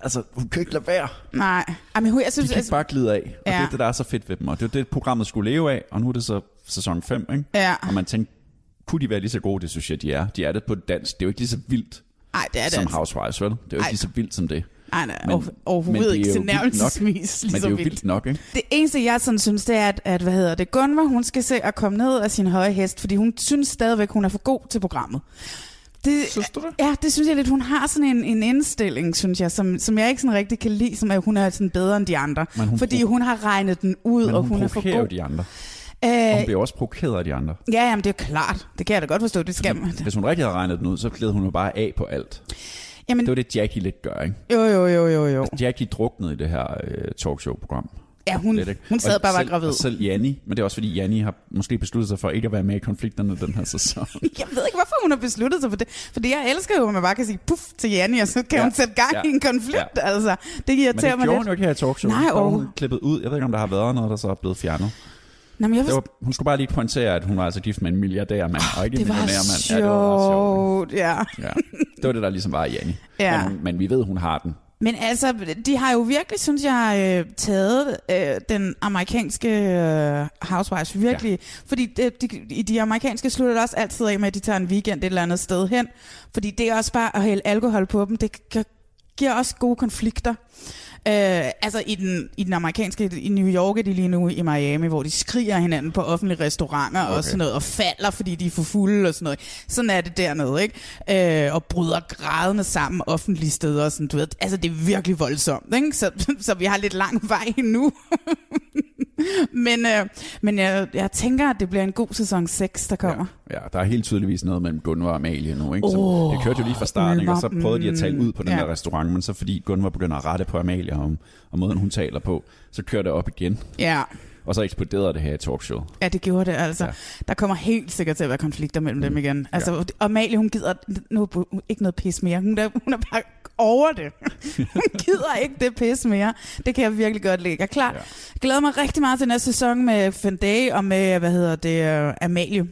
Speaker 1: altså, hun kan ikke lade være.
Speaker 2: Nej. Jamen, hun- jeg
Speaker 1: De
Speaker 2: synes,
Speaker 1: kan ikke
Speaker 2: altså,
Speaker 1: bare glide af. Og ja. det
Speaker 2: Ja.
Speaker 1: er det, der er så fedt ved dem. Og det er det, programmet skulle leve af. Og nu er det så sæson 5, ikke?
Speaker 2: Ja.
Speaker 1: Og man tænkte, kunne de være lige så gode? Det synes jeg, de er. De er det på dansk. Det er jo ikke lige så vildt
Speaker 2: Ej, det er det
Speaker 1: som
Speaker 2: altså.
Speaker 1: Housewives, vel? Det er jo ikke
Speaker 2: Ej.
Speaker 1: lige så vildt som det.
Speaker 2: Ej, nej, overho- overhovedet
Speaker 1: det er
Speaker 2: ikke
Speaker 1: jo vildt
Speaker 2: tilnærmelsesvis
Speaker 1: nok.
Speaker 2: lige så
Speaker 1: Men det er jo
Speaker 2: vildt.
Speaker 1: vildt nok, ikke?
Speaker 2: Det eneste, jeg sådan synes, det er, at, at hvad hedder det, Gunvar, hun skal se at komme ned af sin høje hest, fordi hun synes stadigvæk, hun er for god til programmet. Det, synes du det? Ja, det synes jeg lidt. Hun har sådan en, en indstilling, synes jeg, som, som jeg ikke sådan rigtig kan lide, som at hun er sådan bedre end de andre.
Speaker 1: Men hun
Speaker 2: fordi
Speaker 1: pro-
Speaker 2: hun har regnet den ud,
Speaker 1: Men
Speaker 2: og
Speaker 1: hun,
Speaker 2: hun, er for
Speaker 1: provokerer jo
Speaker 2: god.
Speaker 1: de andre.
Speaker 2: Øh,
Speaker 1: Og hun bliver også provokeret af de andre.
Speaker 2: ja, jamen, det er klart. Det kan jeg da godt forstå. Det skal man.
Speaker 1: Hvis hun rigtig havde regnet den ud, så gled hun jo bare af på alt.
Speaker 2: Jamen-
Speaker 1: det var det, Jackie lidt gør, ikke?
Speaker 2: Jo, jo, jo, jo, jo.
Speaker 1: Altså, Jackie druknede i det her øh, talkshow-program.
Speaker 2: Ja, hun-
Speaker 1: ikke?
Speaker 2: hun sad bare og var
Speaker 1: selv,
Speaker 2: gravid.
Speaker 1: Og selv Janni, men det er også fordi, Janni har måske besluttet sig for ikke at være med i konflikterne den her sæson.
Speaker 2: Jeg ved ikke, hvorfor hun har besluttet sig for det. Fordi jeg elsker jo, at man bare kan sige puff til Janni, og så kan
Speaker 1: Ja.
Speaker 2: ja. hun sætte gang
Speaker 1: Ja.
Speaker 2: ja. i en konflikt. Ja.
Speaker 1: Ja.
Speaker 2: Altså, det
Speaker 1: men
Speaker 2: [LAUGHS]
Speaker 1: det
Speaker 2: irriterer mig
Speaker 1: gjorde
Speaker 2: lidt.
Speaker 1: hun jo ikke her i talkshow.
Speaker 2: Nej,
Speaker 1: der var hun
Speaker 2: overhovedet.
Speaker 1: klippet ud. Jeg ved ikke, om der har været noget, der så er blevet fjernet.
Speaker 2: Nå, men jeg
Speaker 1: Det
Speaker 2: forstår-
Speaker 1: var, hun skulle bare lige pointere, at hun var altså gift med en milliardærmand, og ikke en
Speaker 2: det var
Speaker 1: millionærmand.
Speaker 2: sjovt, ja. Det var sjovt. Ja.
Speaker 1: Ja, det var det, der ligesom var i Janni.
Speaker 2: Ja.
Speaker 1: Men, hun- men vi ved, hun har den.
Speaker 2: [LAUGHS] Men altså, de har jo virkelig, synes jeg, øh, taget øh, den amerikanske øh, housewives virkelig. Ja. Fordi de, de, i de amerikanske slutter det også altid af med, at de tager en weekend et eller andet sted hen. Fordi det er også bare at hælde alkohol på dem. Det gi- giver også gode konflikter. Øh, altså i den, i den amerikanske, i New York er de lige nu i Miami, hvor de skriger af hinanden på offentlige restauranter okay.
Speaker 21: Okay.
Speaker 2: og sådan noget, og falder, fordi de er for fulde og sådan noget. Sådan er det dernede, ikke? Øh, og bryder grædende sammen offentlige steder og sådan, du ved. Altså det er virkelig voldsomt, ikke? Så, [LAUGHS] så vi har lidt lang vej endnu. [LAUGHS] men øh, men jeg, jeg tænker, at det bliver en god sæson 6, der kommer.
Speaker 1: Ja, der er helt tydeligvis noget mellem Gunvar og Amalie nu, ikke? Som,
Speaker 2: Åh,
Speaker 1: det kørte jo lige fra starten, ikke? og så
Speaker 2: Ulmer.
Speaker 1: prøvede de at tale ud på den
Speaker 2: Ja.
Speaker 1: der restaurant, men så fordi Gunvar begynder at rette på Amalie om, om måden, hun taler på, så kører det op igen.
Speaker 2: Ja.
Speaker 1: Og så eksploderede det her i talkshowet.
Speaker 2: Ja, det gjorde det altså.
Speaker 1: Ja. Mm.
Speaker 2: Ja. Der kommer helt sikkert til at være konflikter mellem dem igen. Altså, ja. og Amalie, hun gider nu, hun- ikke noget pis mere. Hun er, hun er bare over
Speaker 1: [LAUGHS]
Speaker 2: det. Hun gider ikke det pis mere. Det kan jeg virkelig godt lide. Jeg er klar. Ja. glæder mig rigtig meget til næste sæson med Fendage og med, hvad hedder det, øh, Amalie.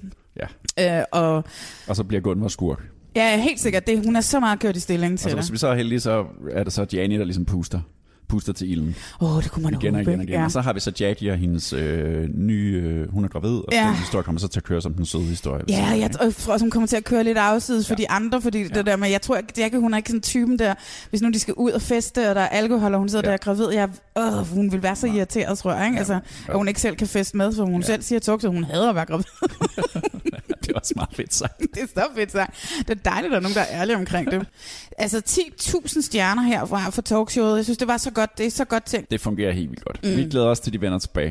Speaker 2: Ja. Øh, og
Speaker 1: Og så bliver Gunvar skurk.
Speaker 2: ja, helt sikkert. Det, hun er så meget kørt i stilling
Speaker 1: Og
Speaker 2: til
Speaker 1: så,
Speaker 2: det.
Speaker 1: hvis vi så er heldige, så er det så Jani, der ligesom puster puster til ilden.
Speaker 2: Åh, oh, det kunne man
Speaker 1: igen og
Speaker 2: håbe,
Speaker 1: igen og igen.
Speaker 2: ja.
Speaker 1: Og så har vi så Jackie og hendes øh, nye... Øh, hun er gravid, og
Speaker 2: Ja.
Speaker 1: den historie kommer så til at køre som den søde historie. øh, ved siden
Speaker 2: Ja,
Speaker 1: af,
Speaker 2: jeg
Speaker 1: ikke?
Speaker 2: t- og jeg tror også, hun kommer til at køre lidt afsides for de andre, fordi ja. det der med, jeg tror, at Jackie, hun er ikke sådan typen der, hvis nu de skal ud og feste, og der er alkohol, og hun sidder ja. der og er gravid, jeg, øh, hun vil være så irriteret, tror jeg, ikke? Altså, og hun ikke selv kan feste med, for hun ja. selv siger tuk, så hun hader at være gravid. [LAUGHS]
Speaker 1: [LAUGHS] det er også meget fedt sagt.
Speaker 2: det er så fedt sagt. Det er dejligt, at der er nogen, der er ærlige omkring [LAUGHS] det. Altså, 10.000 stjerner herfra for talkshowet. Jeg synes, det var så godt. Det er så godt tænkt.
Speaker 1: Det fungerer helt vildt godt. Mm.
Speaker 2: Mm.
Speaker 1: Vi glæder os til, de vender tilbage.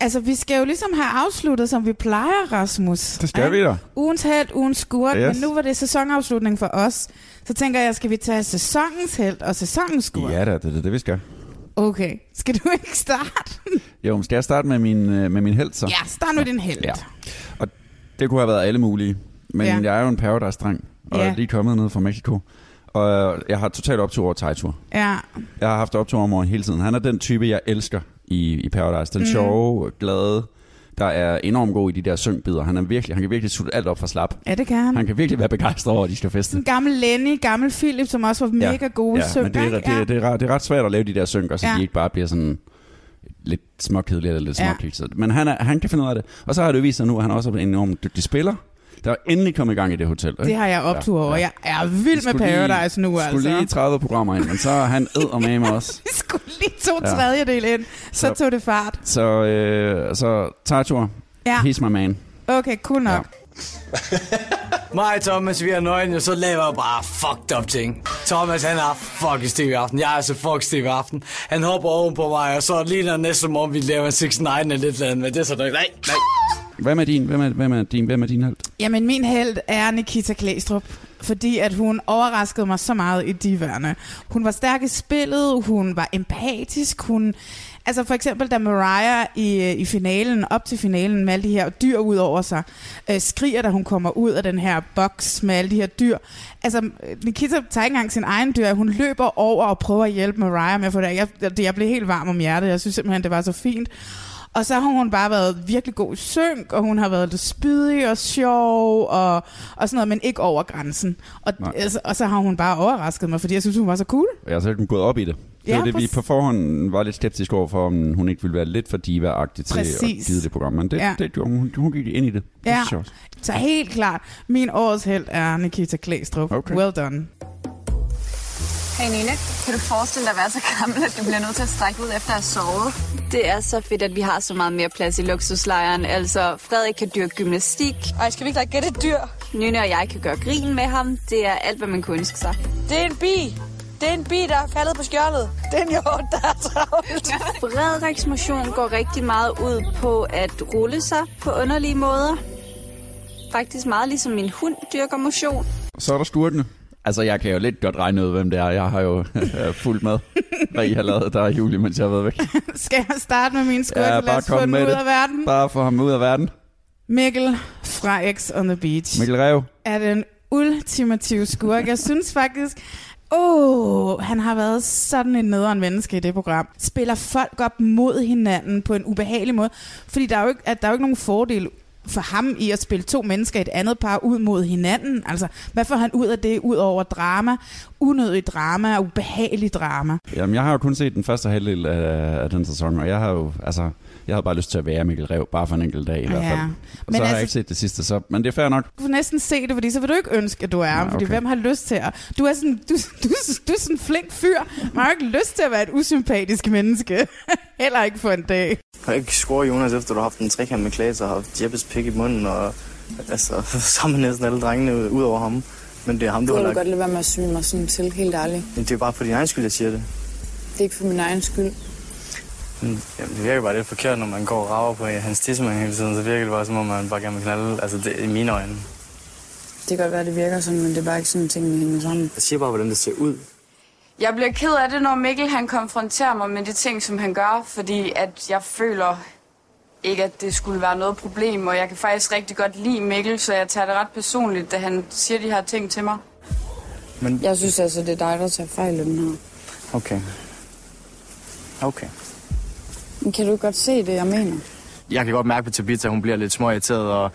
Speaker 2: altså, vi skal jo ligesom have afsluttet, som vi plejer, Rasmus.
Speaker 21: Det skal vi da.
Speaker 2: Ugens held, ugens skurk, yes.
Speaker 21: Yes.
Speaker 2: men nu var det sæsonafslutning for os. Så tænker jeg, skal vi tage sæsonens held og sæsonens skurk?
Speaker 1: Ja da, det er det, vi skal.
Speaker 2: Okay, skal du ikke starte?
Speaker 1: Jo, men skal jeg starte med min, øh, med min held så?
Speaker 2: Ja, start nu din held.
Speaker 1: Ja. Og det kunne have været alle mulige. Men
Speaker 2: Ja.
Speaker 1: ja. jeg er jo en paradise-dreng, og
Speaker 2: Ja.
Speaker 1: er lige kommet ned fra Mexico. Og jeg har totalt optur over Tejtur.
Speaker 2: Ja.
Speaker 1: Jeg har haft optur om over hele tiden. Han er den type, jeg elsker i, i Paradise. Den
Speaker 2: Mm.
Speaker 1: mm. sjove, glade, der er enormt god i de der syngbider. Han, er virkelig, han kan virkelig sutte alt op fra slap.
Speaker 2: Ja, det kan han.
Speaker 1: Han kan virkelig være begejstret over, at de skal feste.
Speaker 2: Sådan gammel Lenny, gammel Philip, som også var mega gode
Speaker 1: ja,
Speaker 2: sønder,
Speaker 1: men det er,
Speaker 2: ikke?
Speaker 1: det, er, det, er, ret- det er ret svært at lave de der synker, så
Speaker 2: Ja.
Speaker 1: ja. de ikke bare bliver sådan lidt småkedelige eller lidt
Speaker 2: Ja.
Speaker 1: småkikset. Men han, er, han kan finde ud af det. Og så har det vist sig nu, at han også er en enormt dygtig spiller. Der er endelig kommet i gang i det hotel.
Speaker 2: Det har jeg optur over. Jeg er vild med
Speaker 1: Skulle lige-
Speaker 2: Paradise nu,
Speaker 1: Skulle
Speaker 2: [LAUGHS] altså.
Speaker 1: lige 30 programmer ind, men så er han æd og med mig også.
Speaker 2: Lige to
Speaker 1: Ja.
Speaker 2: tredjedel ind, så
Speaker 1: Så-
Speaker 2: tog det fart.
Speaker 1: Så, øh, så Tartur,
Speaker 2: Ja.
Speaker 1: ja. he's my man.
Speaker 2: Okay, cool nok.
Speaker 22: Mig og Thomas, vi er nøgne, og så laver jeg bare fucked up ting. Thomas, han har fucking stiv aften. Jeg er så fucking stiv aften. Han hopper oven på mig, og så ligner det næsten som om, vi laver en 6 9 eller lidt eller andet, men det er sådan, nej, nej.
Speaker 1: Hvem er din? Hvem er, hvem er din? Hvem er din held?
Speaker 2: Jamen, min held er Nikita Klæstrup, fordi at hun overraskede mig så meget i diverne. Hun var stærk i spillet, hun var empatisk, hun... Altså for eksempel, da Mariah i, i finalen, op til finalen med alle de her dyr ud over sig, øh, skriger, da hun kommer ud af den her boks med alle de her dyr. Altså, Nikita tager ikke engang sin egen dyr, hun løber over og prøver at hjælpe Mariah med at få det. af. Jeg, jeg blev helt varm om hjertet, jeg synes simpelthen, det var så fint. Og så har hun bare været virkelig god i synk, og hun har været lidt spydig og sjov og, og sådan noget, men ikke over grænsen. Og,
Speaker 1: Nej.
Speaker 2: altså, og så har hun bare overrasket mig, fordi jeg synes, hun var så cool.
Speaker 1: Jeg har så den gået op i det. Det
Speaker 2: Ja,
Speaker 1: ja, var det, vi
Speaker 2: præcis.
Speaker 1: på forhånd var lidt skeptiske over for, om hun ikke ville være lidt for diva-agtig til
Speaker 2: Præcis.
Speaker 1: at gide det program. Men det,
Speaker 2: Ja.
Speaker 1: ja. det gjorde hun. hun. Hun gik ind i det. Det
Speaker 2: Ja.
Speaker 1: synes jeg også.
Speaker 2: Så helt klart, min årets held er Nikita Klæstrup. Okay. Well done. [LAUGHS]
Speaker 6: Hey Nina, kan du forestille dig at være så gammel, at du bliver nødt til at strække ud efter at have sovet? Det er så fedt, at vi har så meget mere plads i luksuslejren. Altså, Frederik kan dyrke gymnastik. Ej, skal vi ikke da gætte et dyr? Nynne og jeg kan gøre grin med ham. Det er alt, hvad man kunne ønske sig.
Speaker 20: Det er en bi. Det er en bi, der er faldet på skjoldet. Det er en hjort, der er travlt.
Speaker 6: Frederiks motion går rigtig meget ud på at rulle sig på underlige måder. Faktisk meget ligesom min hund dyrker motion.
Speaker 1: Så er der skurkene. Altså, jeg kan jo lidt godt regne ud, hvem det er. Jeg har jo [LAUGHS] fuldt med, hvad I har lavet der i juli, mens jeg har været væk.
Speaker 2: Skal jeg starte med min skurke?
Speaker 1: Ja,
Speaker 2: Lad
Speaker 1: bare
Speaker 2: os få
Speaker 1: kom
Speaker 2: den
Speaker 1: med
Speaker 2: ud
Speaker 1: det.
Speaker 2: af verden.
Speaker 1: Bare få ham ud af verden.
Speaker 2: Mikkel fra X on the Beach.
Speaker 1: Mikkel Rev.
Speaker 2: er den ultimative skurk. Jeg synes faktisk, åh, oh, han har været sådan en nederen menneske i det program. Spiller folk op mod hinanden på en ubehagelig måde, fordi der er jo ikke, at der er jo ikke nogen fordel for ham i at spille to mennesker i et andet par ud mod hinanden. Altså, hvad får han ud af det, ud over drama? Unødig drama og ubehagelig drama.
Speaker 1: Jamen, jeg har jo kun set den første halvdel af, af den sæson, og jeg har jo, altså, jeg havde bare lyst til at være Mikkel Rev, bare for en enkelt dag i hvert
Speaker 2: Ah, Ja.
Speaker 1: fald. Og
Speaker 2: Men
Speaker 1: men så altså... har
Speaker 2: altså-
Speaker 1: jeg ikke set det sidste, så, men det er fair nok.
Speaker 2: Du får næsten se det, fordi så vil du ikke ønske, at du er ham, fordi
Speaker 1: okay.
Speaker 2: hvem har lyst til at... Du er sådan, du, du, du er sådan en flink fyr. Man har jo ikke lyst til at være et usympatisk menneske. [LAUGHS] Heller ikke for en dag.
Speaker 23: Kan du ikke score Jonas, efter du har haft en trekant med Klaas og har haft Jeppes pik i munden, og altså, [LAUGHS] sammen næsten alle drengene ud over ham. Men det er ham, du
Speaker 24: Du
Speaker 23: har
Speaker 24: kan du
Speaker 23: lagt.
Speaker 24: godt lade være med at syge mig sådan til, helt ærligt.
Speaker 23: Men Det er bare for din egen skyld, jeg siger det.
Speaker 24: Det er ikke for min egen skyld.
Speaker 23: Men, Jamen, det virker bare lidt forkert, når man går og rager på hans tissemand hele tiden, så virker det bare, som om man bare gerne vil knalde. Altså, det er i mine øjne.
Speaker 24: Det kan godt være, det virker sådan, men det er bare ikke sådan, tingene hænger sammen.
Speaker 23: Jeg siger bare, hvordan det ser ud.
Speaker 6: Jeg bliver ked af det, når Mikkel han konfronterer mig med de ting, som han gør, fordi at jeg føler ikke, at det skulle være noget problem, og jeg kan faktisk rigtig godt lide Mikkel, så jeg tager det ret personligt, da han siger de her ting til mig.
Speaker 23: Men...
Speaker 24: Jeg synes altså, det er dig, der tager fejl i den her.
Speaker 23: Okay. Okay.
Speaker 24: Men kan du godt se det, jeg mener?
Speaker 23: Jeg kan godt mærke på Tabitha, at hun bliver lidt småirriteret og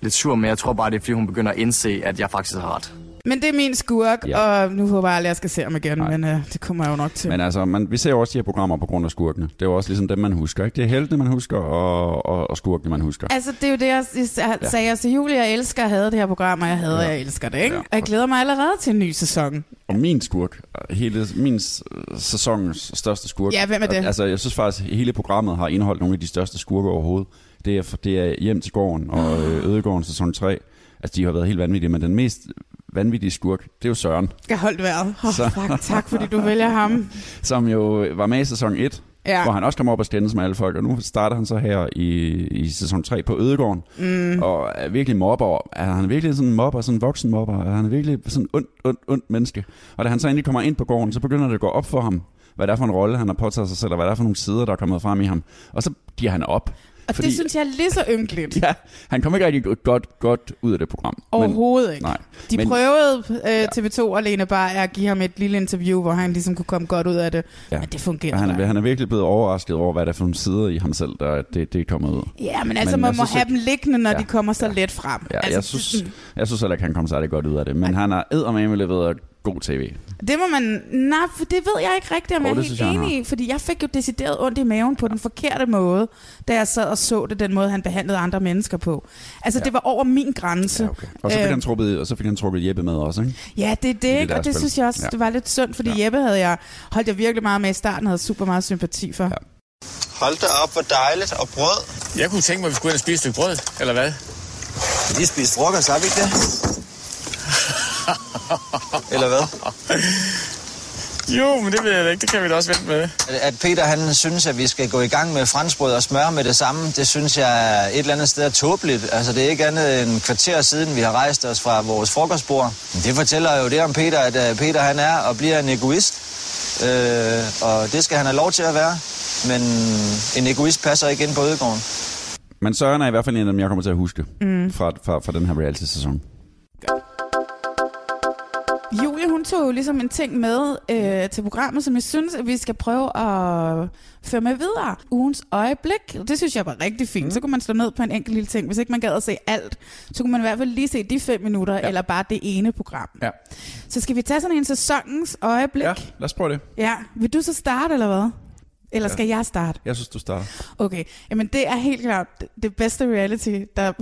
Speaker 23: lidt sur, men jeg tror bare, det er, fordi hun begynder at indse, at jeg faktisk har ret.
Speaker 2: Men det er min skurk, ja. og nu håber jeg aldrig, jeg skal se ham igen, Nej. men øh, det kommer jeg jo nok til.
Speaker 1: Men altså, man, vi ser jo også de her programmer på grund af skurkene. Det er jo også ligesom dem, man husker. Ikke? Det er heltene, man husker, og, og, og skurkene, man husker.
Speaker 2: Altså, det er jo det, jeg, s- jeg
Speaker 1: Ja.
Speaker 2: sagde. Jeg til Julie, jeg elsker at have det her program, og jeg hader, ja. jeg elsker det, ikke? Ja. Og jeg glæder mig allerede til en ny sæson.
Speaker 1: Og min skurk, hele min øh, sæsonens største skurk.
Speaker 2: Ja, hvem er det?
Speaker 1: Altså, jeg synes faktisk, at hele programmet har indeholdt nogle af de største skurke overhovedet. Det er, det er Hjem til gården
Speaker 2: Ah.
Speaker 1: og øh, Ødegården sæson 3. Altså, de har været helt vanvittige, men den mest vanvittige skurk, det er jo Søren,
Speaker 2: Jeg holdt vejret. Oh,
Speaker 1: Så-
Speaker 2: fuck, tak, fordi du vælger ham.
Speaker 1: som jo var med i sæson 1.
Speaker 2: Ja.
Speaker 1: hvor han også kommer op og stændes med alle folk. Og nu starter han så her i, i sæson 3 på Ødegården,
Speaker 2: Mm.
Speaker 1: og er virkelig mobber. Er han virkelig sådan en mobber, sådan en voksen mobber? Er han virkelig sådan ondt, ondt, ondt menneske? Og da han så endelig kommer ind på gården, så begynder det at gå op for ham, hvad det er for en rolle, han har påtaget sig selv, og hvad det er for nogle sider, der er kommet frem i ham. Og så giver han op.
Speaker 2: Og [LAUGHS] Fordi... det synes jeg er lige så ynkeligt.
Speaker 1: [LAUGHS] Ja, han kom ikke rigtig godt, godt ud af det program.
Speaker 2: Overhovedet ikke.
Speaker 1: Nej,
Speaker 2: De
Speaker 1: men-
Speaker 2: men, prøvede øh, TV2 og Lene Bar at give ham et lille interview, hvor han ligesom kunne komme godt ud af det. Ja. Men det fungerede
Speaker 1: Og han,
Speaker 2: bare.
Speaker 1: er, han er virkelig blevet overrasket over, hvad der er for nogle sider i ham selv, der det, det er kommet ud.
Speaker 2: Ja, men altså, men
Speaker 1: jeg
Speaker 2: man må
Speaker 1: synes
Speaker 2: have
Speaker 1: ikke-
Speaker 2: dem liggende, når
Speaker 1: Ja.
Speaker 2: ja. de kommer så ja. let frem.
Speaker 1: Ja,
Speaker 2: altså,
Speaker 1: jeg, synes, jeg synes heller ikke, han kom særlig godt ud af det. Men han har eddermame leveret god tv.
Speaker 2: Det må man... Nej, for det ved jeg ikke rigtigt, om
Speaker 1: Jo,
Speaker 2: jeg er
Speaker 1: det
Speaker 2: helt
Speaker 1: synes jeg, han
Speaker 2: enig i, fordi jeg fik jo decideret ondt i maven på den forkerte måde, da jeg sad og så det, den måde, han behandlede andre mennesker på. Altså, ja. det var over min grænse. Ja, okay.
Speaker 1: Og så fik, han trukket, og så fik han trukket Jeppe med også, ikke?
Speaker 2: Ja, det er det,
Speaker 1: det
Speaker 2: ikke?
Speaker 1: der
Speaker 2: og det
Speaker 1: spil.
Speaker 2: synes jeg også,
Speaker 1: Ja.
Speaker 2: ja. det var lidt synd, fordi ja. Jeppe havde jeg holdt jeg virkelig meget med i starten, havde super meget sympati for. Ja.
Speaker 21: Hold da op, hvor dejligt. Og brød. Jeg kunne tænke mig, at vi skulle ind og spise et stykke brød, eller hvad? Vi lige spise frokost, har vi ikke det? eller hvad?
Speaker 10: [LAUGHS] Jo, men det ved jeg da ikke. Det kan vi da også vente med.
Speaker 21: At Peter han synes, at vi skal gå i gang med franskbrød og smør med det samme, det synes jeg er et eller andet sted er tåbeligt. Altså det er ikke andet end en kvarter siden, vi har rejst os fra vores frokostbord. Det fortæller jo det om Peter, at øh, Peter han er og bliver en egoist. Øh, og det skal han have lov til at være. Men en egoist passer ikke ind på Ødegården.
Speaker 1: Men Søren er i hvert fald en af dem, jeg kommer til at huske
Speaker 2: Mm.
Speaker 1: fra, fra, fra den her reality-sæson.
Speaker 2: Julie, hun tog jo ligesom en ting med øh, til programmet, som jeg synes, at vi skal prøve at føre med videre. Ugens øjeblik, det synes jeg var rigtig fint. Så kunne man slå ned på en enkelt lille ting. Hvis ikke man gad at se alt, så kunne man i hvert fald lige se de fem minutter, ja. eller bare det ene program.
Speaker 1: Ja.
Speaker 2: Så skal vi tage sådan en sæsonens øjeblik. Ja.
Speaker 1: Lad os prøve det.
Speaker 2: ja. Vil du så starte, eller hvad? Eller
Speaker 1: Ja.
Speaker 2: skal jeg starte?
Speaker 1: Jeg synes, du starter.
Speaker 2: Okay, jamen det er helt klart det bedste reality, der,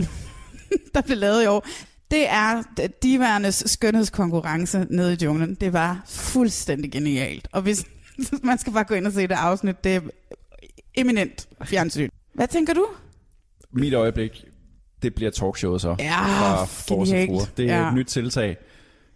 Speaker 2: [LAUGHS] der blev lavet i år. Det er diværnes skønhedskonkurrence nede i junglen. Det var fuldstændig genialt. Og hvis [LAUGHS] man skal bare gå ind og se det afsnit, det er eminent fjernsyn. Hvad tænker du?
Speaker 1: Mit øjeblik, det bliver talkshowet så.
Speaker 2: Ja,
Speaker 1: fra Force
Speaker 2: genialt.
Speaker 1: Fruer. Det er
Speaker 2: Ja.
Speaker 1: et nyt tiltag,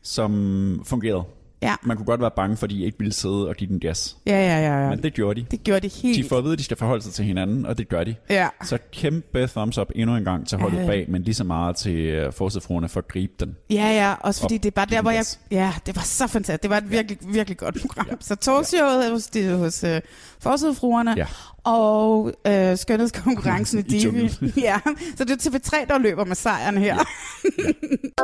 Speaker 1: som fungerede.
Speaker 2: Ja.
Speaker 1: Man kunne godt være bange, fordi de ikke ville sidde og give den gas.
Speaker 2: Ja, ja, ja, ja.
Speaker 1: Men det gjorde de.
Speaker 2: Det gjorde de helt.
Speaker 1: De får at vide, at de skal forholde sig til hinanden, og det gør de.
Speaker 2: Ja.
Speaker 1: Så kæmpe thumbs up endnu en gang til holdet
Speaker 2: Ja.
Speaker 1: bag, men lige så meget til forsøgfruerne for at gribe den.
Speaker 2: Ja, ja, også fordi
Speaker 1: Og
Speaker 2: det er bare der, hvor jeg...
Speaker 1: Elias.
Speaker 2: Ja, det var så fantastisk. Det var et virkelig, virkelig godt program. Ja. Så talkshowet ja. hos, det, hos øh, Forsidefruerne,
Speaker 1: Ja.
Speaker 2: og øh, skønhedskonkurrencen i
Speaker 1: [LAUGHS] I
Speaker 2: Divi.
Speaker 1: junglen.
Speaker 2: [LAUGHS] ja, så det er TV3, der løber med sejren her. Ja. [LAUGHS]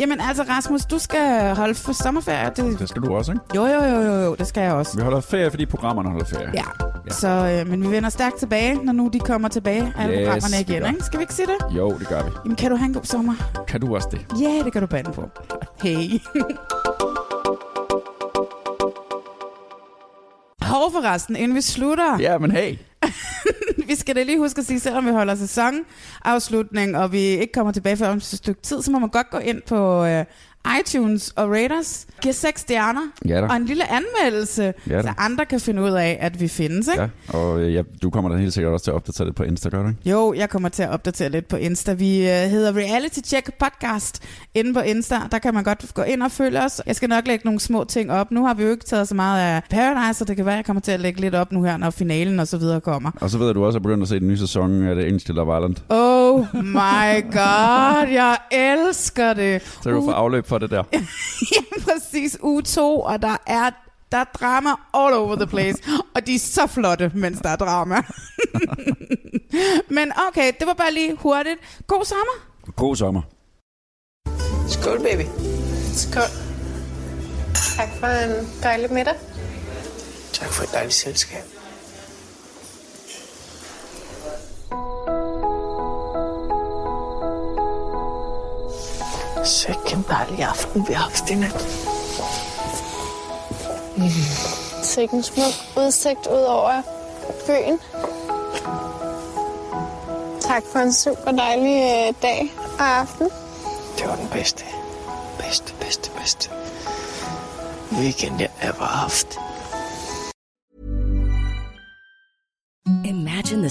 Speaker 2: Jamen altså, Rasmus, du skal holde for sommerferie. Det...
Speaker 1: Det skal du også, ikke?
Speaker 2: Jo, jo, jo, jo, jo, det skal jeg også.
Speaker 1: Vi holder ferie, fordi programmerne holder ferie.
Speaker 2: Ja. Så, øh, men vi vender stærkt tilbage, når nu de kommer tilbage alle
Speaker 1: Yes,
Speaker 2: programmerne
Speaker 1: det
Speaker 2: igen.
Speaker 1: gør.
Speaker 2: Ikke? Skal vi ikke sige det?
Speaker 1: Jo, det gør vi.
Speaker 2: Jamen, kan du have en god sommer?
Speaker 1: Kan du også det?
Speaker 2: Ja, yeah, det kan du bande på. Hey. Hov forresten, inden vi slutter.
Speaker 1: Ja, men hey.
Speaker 2: [LAUGHS] vi skal da lige huske at sige, selvom vi holder sæsonafslutning, og vi ikke kommer tilbage før om et stykke tid, så må man godt gå ind på øh, iTunes og Raiders. Giv seks stjerner
Speaker 1: Ja da.
Speaker 2: og en lille anmeldelse,
Speaker 1: Ja da.
Speaker 2: så andre kan finde ud af, at vi findes. Ikke?
Speaker 1: Ja, og øh, ja, du kommer da helt sikkert også til at opdatere det på Insta, gør du ikke?
Speaker 2: Jo, jeg kommer til at opdatere lidt på Insta. Vi øh, hedder Reality Check Podcast inde på Insta. Der kan man godt gå ind og følge os. Jeg skal nok lægge nogle små ting op. Nu har vi jo ikke taget så meget af Paradise, så det kan være, at jeg kommer til at lægge lidt op nu her, når finalen og så videre kommer.
Speaker 1: Og så ved jeg, at du også er begyndt at se den nye sæson af det engelske Love Island.
Speaker 2: Oh my god, jeg elsker det.
Speaker 1: Så kan du få afløb for det der.
Speaker 2: [LAUGHS] ja, præcis. u 2, og der er der er drama all over the place, og de er så flotte, mens der er
Speaker 1: [LAUGHS]
Speaker 2: drama. Men okay, det var bare lige hurtigt. God sommer!
Speaker 1: God sommer.
Speaker 20: Skål, baby.
Speaker 18: Skål. Tak for en dejlig middag.
Speaker 20: Tak for et dejligt selskab.
Speaker 18: Sikke en dejlig aften, vi har haft i nat.
Speaker 20: Mm.
Speaker 18: Sikke en smuk udsigt ud over byen. Tak for en super dejlig øh, dag og aften.
Speaker 20: Det var den bedste. Bedste, bedste, bedste. Weekend, jeg ever haft.
Speaker 3: Imagine the